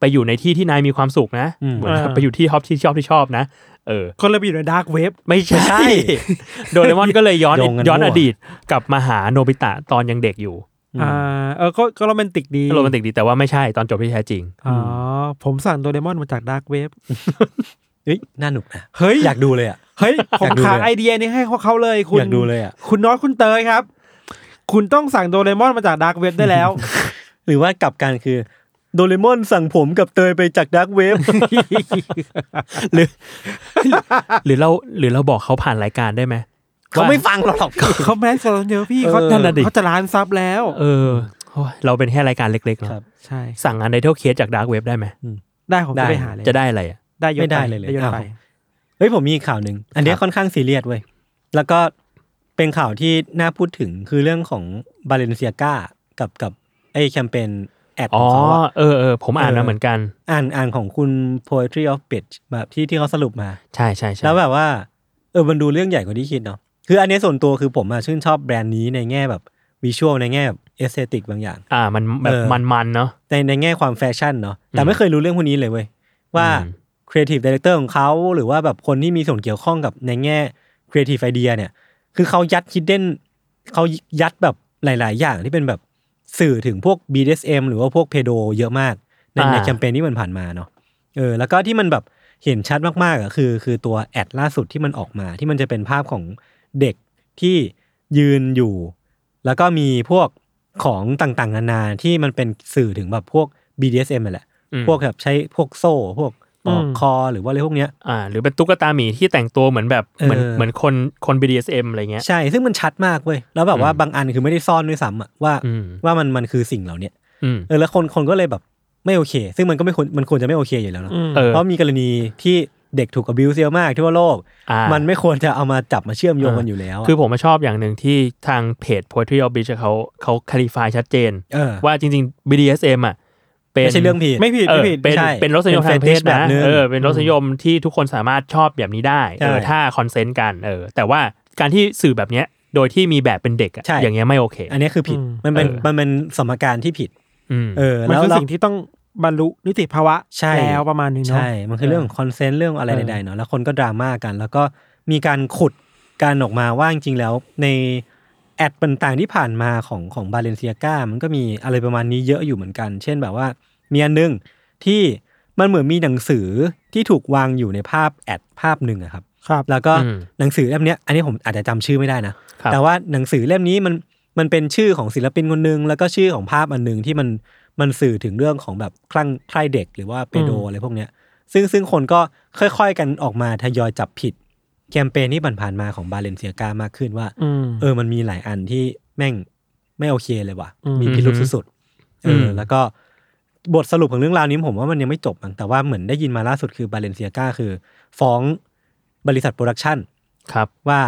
S4: ไปอยู่ในที่ที่นายมีความสุขนะเหมือนแบบ
S3: อ่า
S4: ไปอยู่ที่ชอบที่ชอบที่ชอบนะเออ
S3: ก็เลยไปอยู่ในดาร์กเว็บ
S4: ไม่ใช่ โดเรมอนก็เลยย้อน
S2: โยงกัน
S4: ย้อน
S2: มั่
S4: อ
S2: ว
S4: ดีตกลับมาหาโนบิตะตอนยังเด็กอยู่
S2: อืม
S3: อ่าเออก็ก็โรแมนติกดี
S4: โรแมนติกดีแต่ว่าไม่ใช่ตอนจบที่แท้จริง
S3: อ๋อผมสั่งโดเรมอนมาจากดาร์กเวฟ
S2: เอ้ยน่าหนุกนะ
S3: เฮ้ย
S2: อยากดูเลยอ่ะ
S3: เฮ้ยผม
S2: อยากดู
S3: ขา
S2: เลย
S3: ไอเดียนี้ให้พวกเขาเลยคุณ
S2: อยากดูเลยอ่ะ
S3: คุณน้อยคุณเตยครับ คุณต้องสั่งโดเรมอนมาจากดาร์กเว็บได้แล้ว
S2: หรือว่ากลับกันคือ โดเรมอนสั่งผมกับเตยไปจากดักเวฟ
S4: หรือเราหรือเราบอกเขาผ่านรายการได้ไหม
S2: เขา
S4: ว่
S2: ไม่ฟังเราหรอก
S3: เขาแมสกันเยอะพี่
S4: เออ
S3: เขา
S4: นั่นน่ะดิ
S3: เขาจะล้านซับแล้ว
S4: เออโอ้ยเราเป็นแค่รายการเล็กๆเน
S2: ครั
S4: อะ
S2: บ
S3: ใช่
S4: สั่งอันไดเทลเคสจากดาร์กเว็บได้ไหม
S3: ได้ผมจะไปหาเลย
S4: จะได้อะไรอะ
S3: ได้ยศ
S2: ไม่ได้
S3: ป
S2: เลยเลย
S3: ได้ยศ
S2: อ้าว
S3: ไป
S2: เฮ้ยผมมีอีกข่าวหนึ่งอันเนี้ยค่อนข้างซีเรียสเว้ยแล้วก็เป็นข่าวที่น่าพูดถึงคือเรื่องของบาเลนเซียกากับกับไอ้แคมเปญแอดข
S4: อ๋
S2: อ
S4: อง
S2: เขาอะ
S4: เออเออผมอ่าน
S2: เออ
S4: แล้วเหมือนกัน
S2: อ่านอ่านของคุณ poetry of pitch แบบที่ที่เขาสรุปมา
S4: ใช่ใช่ใช่
S2: แล้วแบบว่าเออมันดูเรื่องใหญ่กว่าที่คิดเนาะคืออันเนี้ยส่วนตัวคือผมอะชื่นชอบแบรนด์นี้ในแง่แบบวิชวลในแง่แบบเอสเตติกบางอย่าง
S4: อ่ามันแบ
S2: เอบ อ
S4: มันๆเนาะ
S2: ในในแง่ความแฟชั่นเนาะแต่
S4: อืม
S2: ไม่เคยรู้เรื่องพวกนี้เลยเว้ยว่า
S4: อืม
S2: ครีเอทีฟดี r e เตอร์ของเขาหรือว่าแบบคนที่มีส่วนเกี่ยวข้องกับในแง่ครีเอทีฟไอเดียเนี่ย คือเขายัดคิดเด่นเขายัดแบบหลาย ๆ อย่างที่เป็นแบบสื่อถึงพวก BDSM หรือว่าพวกเพโดเยอะมาก ในในแคมเปญที่มันผ่านมาเนาะเออแล้วก็ที่มันแบบเห็นชัดมากๆอ่ะคือคือตัวแอดล่าสุดที่มันออกมา ที่มันจะเป็นภาพของเด็กที่ยืนอยู่ แล้วก็มีพวกของต่างๆนานาที่มันเป็นสื่อถึงแบบพวก BDSM นั่นแหละ
S4: อืม
S2: พวกแบบใช้พวกโซ่ พวกปอก
S3: อืม
S2: คอหรือว่าอะไรพวกเนี้ย
S4: อ่า หรือเป็นตุ๊กตาหมีที่แต่งตัวเหมือนแบบเหมือน
S2: เออ
S4: เหมือนคนคน BDSM อะไรเงี้ย
S2: ใช่ ซึ่งมันชัดมากเว้ย แล้วแบบว่า
S4: อืม
S2: บางอันคือไม่ได้ซ่อนด้วยซ้ำอะว่า
S4: อืม
S2: ว่ามันมันคือสิ่งเหล่าเนี้ย
S4: อืม
S2: เออแล้วคนคนก็เลยแบบไม่โอเค ซึ่งมันก็ไม่ควรมันควรจะไม่โอเคอยู่แล้วเนาะ
S3: อืม
S4: เออ
S2: เพราะมีกรณีที่เด็กถูกอบิวเซียมากทั่วโลก
S4: อ่า
S2: มันไม่ควรจะเอามาจับมาเชื่อมโยง
S4: เออ
S2: กันอยู่แล้วะ
S4: คือผมมาชอบอย่างหนึ่งที่ทางเพจ poetry of beach เขาเขาคลิฟายชัดเจน
S2: เออ
S4: ว่าจริง ๆ BDSM อ่ะเป็น
S2: ไม่ใช่เรื่องผิด
S3: ไม่ผิด
S4: เอ
S3: ไม่
S4: อ
S3: ผิด
S4: เป็น
S2: ใช่
S4: เป็นรสนิยม
S2: เป็น
S4: ทางเพศ
S2: fetish แบบ
S4: นะ
S2: นึง
S4: เออเป็นรสนิยมที่ทุกคนสามารถชอบแบบนี้ได้
S2: ใช่
S4: เออถ้าคอนเซนต์กันเออแต่ว่าการที่สื่อแบบเนี้ยโดยที่มีแบบเป็นเด็กอะ
S2: ใช่
S4: อย่างเงี้ยไม่โอเค
S2: อันนี้คือผิด
S3: อืม
S2: มันเป็น
S4: เออ
S2: มันเป็นสมการที่ผิด
S4: อืม
S2: เออ
S3: มัน
S2: แล้ว
S3: คือ
S2: เรา
S3: สิ่งที่ต้องบรรลุนิติภาวะ
S2: ใช่
S3: แล้วประมาณนึงเนาะ
S2: ใช่ มันคือเรื่องของคอนเซนต์เรื่องอะไร
S3: เออ
S2: ใดๆเนาะ แล้วคนก็ดราม่ากัน แล้วก็มีการขุดการออกมาว่าจริงๆแล้ว ในแอดต่างๆที่ผ่านมาของของบาเลนเซียกามันก็มีอะไรประมาณนี้เยอะอยู่เหมือนกัน เช่นแบบว่า มีอันนึงที่มันเหมือนมีหนังสือที่ถูกวางอยู่ในภาพแอดภาพหนึ่งอะครับ
S3: ครับ
S2: แล้วก็
S4: อืม
S2: หนังสือเล่มเนี้ยอันนี้ผมอาจจะจำชื่อไม่ได้นะ
S4: ครับ
S2: แต่ว่าหนังสือเล่มนี้มันมันเป็นชื่อของศิลปินคนหนึ่งแล้วก็ชื่อของภาพอันหนึ่งที่มันมันสื่อถึงเรื่องของแบบคลั่งใคร่เด็กหรือว่าเปโดอะไรพวกเนี้ยซึ่งซึ่งคนก็ค่อยๆกันออกมาทยอยจับผิดแคมเปญที่ผ่านๆมาของบาเลนเซียกามากขึ้นว่า
S3: อืม
S2: เออมันมีหลายอันที่แม่งไม่โอเคเลยว่ะ
S3: อืม
S2: มีพิรุษสุดๆเอออ
S4: ม
S2: แล้วก็บทสรุปของเรื่องราวนี้ผมว่ามันยังไม่จบมั้งแต่ว่าเหมือนได้ยินมาล่าสุดคือบาเลนเซียกาคือ ฟ้องบริษัทโปรดักชัน
S4: ครับ
S2: ว่า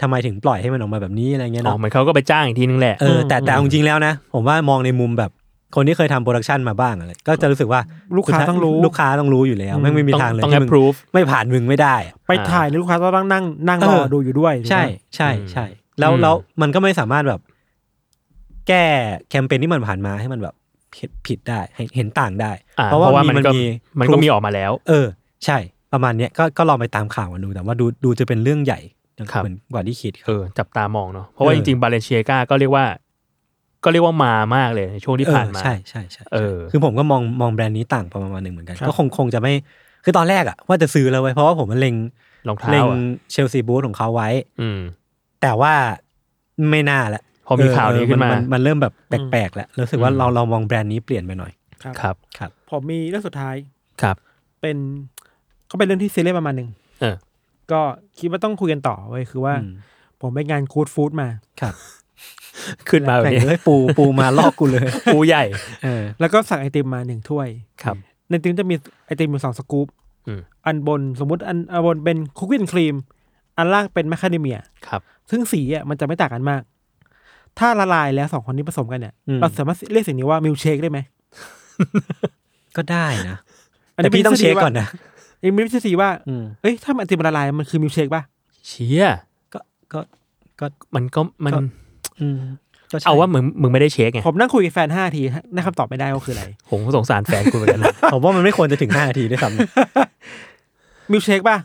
S2: ทำไมถึงปล่อยให้มันออกมาแบบนี้อะไรเงี้ย
S4: อ๋อ
S2: เนาะ
S4: เหมือนเขาก็ไปจ้างอีกทีนึงแหละ
S2: เออแต่แต่เอาจริงๆแล้วนะ ผมว่ามองในมุมแบบคนที่เคยทำโปรดักชันมาบ้างอะไรก็จะรู้สึกว่า
S3: ลูกค้า
S2: สุดท้ย
S3: ต้องรู้
S2: ลูกค้าต้องรู้อยู่แล้วแม่งไม่มีทางเลย
S4: ต้อง
S2: ที่มึ
S4: approve
S2: ไม่ผ่านมึงไม่ได้อะ
S3: ไปถ่ายแล้วลูกค้าต้องนั่งนั่ง
S2: เอ
S3: ร
S2: อ
S3: อดูอยู่ด้วย
S2: ใช่
S3: ถูกไหม
S2: ใช่
S4: อืม
S2: ใช่แล้ว
S4: อืม
S2: แล้วมันก็ไม่สามารถแบบ แก้แคมเปญที่มันผ่านมาให้มันแบบผิดผิดได้ให้เห็นต่างได้
S4: อ่
S2: เพราะว่ามีมัน
S4: ก็
S2: มี
S4: มันก็มี
S2: พรูฟ
S4: ออกมาแล้ว
S2: เออ ใช่ ประมาณเนี้ยก็ก็ลองไปตามข่าวกันดูแต่ว่าดูดูจะเป็นเรื่องใหญ่
S4: ครับ
S2: เหมือนกว่าที่คิดค
S4: เอ
S2: รับ
S4: อจับตามองเนาะเพราะว่า
S2: เอ
S4: จ
S2: อ
S4: ริงๆบาเลนเชียกาก็เรียกว่า ก็เรียกว่ามามากเลยในช่วงที่ผ่านมา
S2: เออใช่ใช่ใช่
S4: เออ
S2: คือผมก็มองมองแบรนด์นี้ต่างประมาณหนึ่งเหมือนกัน ก็คงคงจะไม่คือตอนแรกอะว่าจะซื้อแล้วไว้ยเพราะว่าผมมันเล็ง
S4: รองเท้า
S2: เล็ง
S4: อ่ะ
S2: เชลซีบูธของเขาไว้
S4: อืม
S2: แต่ว่าไม่น่าละ
S4: พอมีข่าวนี้ขึ้นมา
S2: เออเออมันเริ่มแบบแปลกๆแล้วรู้สึกว่าเราเรามองแบรนด์นี้เปลี่ยนไปหน่อย
S4: ครับ
S3: ผมมีเรื่องสุดท้าย
S4: ครับ
S3: เป็นก็เป็นเรื่องที่ซีเรียสประมาณหนึ่ง
S4: เออ
S3: ก็คิดว่าต้องคุยกันต่อเว้ยคือว่า
S2: อืม
S3: ผมไปงานคูดฟู้ดมา
S2: ครับ
S4: ขึ้นมาแบบ
S2: แข่ง
S4: นี้
S2: เลยปูปูมาลอกกูเลย
S4: ปูใหญ่
S2: เออ
S3: แล้วก็สั่งไอติมมาหนึ่งถ้วย
S4: ครับ
S3: ในติมจะมีไอติมอยู่สองสกู๊ป
S4: อืม
S3: อันบนสมมติอันอันบนเป็นคุกกี้ครีม อันล่างเป็นแมคคาเดเมีย
S4: ครับ
S3: ซึ่งสีอ่ะมันจะไม่ต่างกันมาก ถ้าละลายแล้วสองคนนี้ผสมกันเนี่ย
S2: อืม
S3: เราสามารถเรียกสิ่งนี้ว่ามิลเชคได้ไหม
S2: ก็ได้นะ
S3: น
S2: แต่
S3: นี้
S2: พี่ต้องเช็ค
S3: ป็
S2: ก่อนนะ
S3: อันนี้มีทฤษฎีว่า
S2: อืม
S3: เอ้ยถ้ามันไอติมมันละลายมันคือมิลเชคป่ะ
S4: เชีย
S2: ก็ก็
S4: มันก็มัน
S2: อืมก็ใช่
S4: เอาว่ามึงมึงไม่ได้เช็คไง
S3: ผมนั่งคุยกับแฟนห้าทีได้คำตอบไม่ได้ว่าคืออะไร
S4: ผมก็สงสารแฟนคุณ เหมือนกันนะ
S2: ผมว่ามันไม่ควรจะถึง 5 นาทีด้วยซ้ำ
S3: มิลเชคป่ะ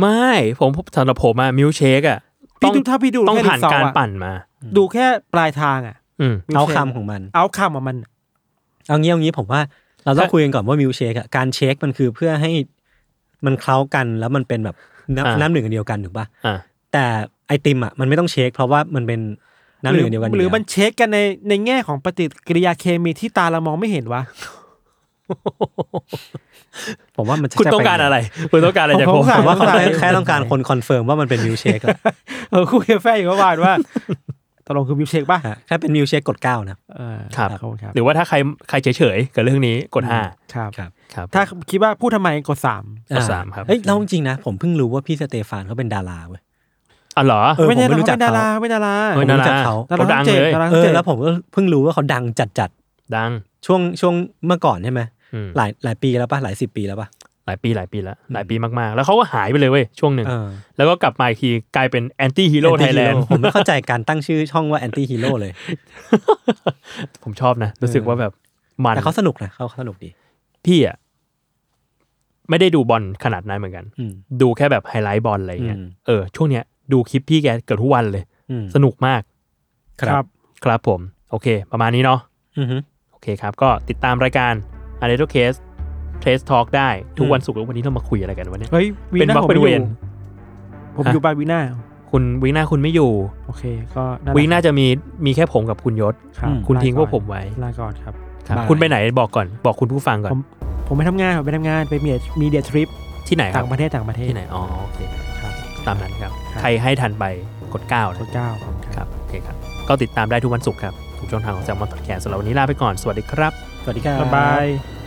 S4: ไม่ผมสำหรับผมอะมิลเชคอะ
S3: พี่ดูถ้าพี่ดู
S4: ต้อง
S3: แค่
S4: ผ่าน
S3: ซวะ
S4: การปั่นมา
S3: ดูแค่ปลายทางอ่ะ
S4: อืม
S3: milkshake
S2: เอาคำของมัน
S3: เอาคำของมัน
S2: เอางี้เอางี้ผมว่าเราต้อง
S4: ใช่
S2: คุยกันก่อนว่ามิลเชคอะการเช็คมันคือเพื่อให้มันเคล้ากันแล้วมันเป็นแบบ
S4: อ่า
S2: น้ำน้ำหนึ่งอันเดียวกันถูกปะ
S4: อ่า
S2: แต่ไอติมอะมันไม่ต้องเช็คเพราะว่ามันเป็นน้ำหนึ่งอันเดียวกัน
S3: หรือ
S2: แล้ว
S3: มันเช็คกันในในแง่ของปฏิกิริยาเคมีที่ตาเรามองไม่เห็นวะ
S2: ผมว่ามันจะ
S4: คุณต้องการอะไร คุณต้องการอะไรจากผม
S2: ผมว่าเขาแค่แค่ต้องการคนคอนเฟิร์มว่ามันเป็นมิลเชคอะ
S3: เอ อคุยกับแฟนอยู่เมื่อวาน ว่าตกลงคือมิวเช็คป่ะ
S2: ฮะแค่เป็นมิลเชคกดเก้านะ
S3: เออ
S4: ครับ
S3: ขอณครับ
S4: หรือว่าถ้าใครใครเฉยๆกับเรื่องนี้กดห้า
S3: ครับ
S2: ครับ
S4: ครับ
S3: ถ้าคิดว่าพูดทำไมกดสาม
S4: กดสามครับ
S2: เฮ้ยเราจริงๆนะ ผมเพิ่งรู้ว่าพี่สเตฟานเขาเป็นดาราเว้ย
S4: อ๋อเหรอ
S2: เออ
S3: ไม่
S2: ผม
S3: ใช่
S2: ไม่รู้
S3: เรา
S2: จั
S3: เป็
S2: ก
S3: นดา
S2: เขา
S3: ราไม่ดารา
S4: เฮ้
S2: ผ
S4: ย
S2: ม
S4: ดา
S2: รู้จั
S4: ราก
S2: เขา
S4: เขาดังเลย
S3: ดารา
S2: เออแล้วผมก็เพิ่งรู้ว่าเขาดังจัด
S4: ดัง
S2: ๆช่วงช่วงเมื่อก่อนใช่ไหม
S4: อืม
S2: หลายหลายปีแล้วปะหลายสิบปีแล้วปะ
S4: หลายปีหลายปีแล้วหลายปีมากๆ แล้วเขาก็หายไปเลยเว้ยช่วงหนึ่ง
S2: เออ
S4: แล้วก็กลับมาอีกทีกลายเป็นแอนตี้ฮีโร่ไทยแลนด์
S2: Anti-hero ผมไม่เข้าใจการตั้งชื่อช่องว่าแอนตี้ฮีโร่เลย
S4: ผมชอบนะ รู้สึกว่าแบบมัน
S2: แต่เขาสนุกนะเขาสนุกดี
S4: พี่อ่ะไม่ได้ดูบอลขนาดนั้นเหมือนกัน
S2: อืม
S4: ดูแค่แบบไฮไลท์บอลอะไรอย่างเงี้ย
S2: อืม
S4: เออช่วงเนี้ยดูคลิปพี่แกเกือบทุกวันเลย
S2: อืม
S4: สนุกมาก
S3: ครับ
S4: ครับผม โอเค ประมาณนี้เนาะ
S2: อือฮึ
S4: โอเคครับ ก็ติดตามรายการ a n e t o Case Trace Talk ได้ ทุกวันศุกร์แล้ววันนี้เรามาคุยอะไรกันวะเนี่ย
S3: เฮ้ยวี
S4: เป็น
S3: น่า
S4: บัก
S3: ผม
S4: เป็น
S3: อ
S4: เว
S3: ยู่
S4: น
S3: ผมอยู่บ้านวีน่า
S4: คุณวีคหน้าคุณไม่อยู่
S3: โอเค ก็นั่นแหละ
S4: วีคหน้าจะมีมีแค่ผมกับคุณยศ
S3: ครับ
S2: อืม
S4: คุณทิ้งพวก
S3: ลา
S4: ผ
S3: ก่อน
S4: มไว้
S3: ลาก่อนครับ
S4: ครับ
S2: บาย
S4: คุณไปไหนบอกก่อน บอกคุณผู้ฟังก่อน
S3: ผม ผมไปทำงานผมไปทำงานไปมีมีเดียทริป
S4: ที่ไหนค
S3: ต่า
S4: รับ
S3: งประเทศต่างประเทศ
S4: ที่ไหน อ๋อ โอเค
S3: ครับ
S4: ตามนั้นครับ
S3: ครับ
S4: ใครให้ทันไปกด
S3: ข
S4: 9
S3: อ
S4: นะ
S3: บเจ้าขอบคุณครับ
S4: ครับ โอเคครับ ก็ติดตามได้ทุกวันศุกร์ครับทุกช่องทางของแซมมอนพอดแคสต์สำหรับวันนี้ลาไปก่อน สวัสดีครับ
S2: สวัสดีครับ
S3: บ๊ายบาย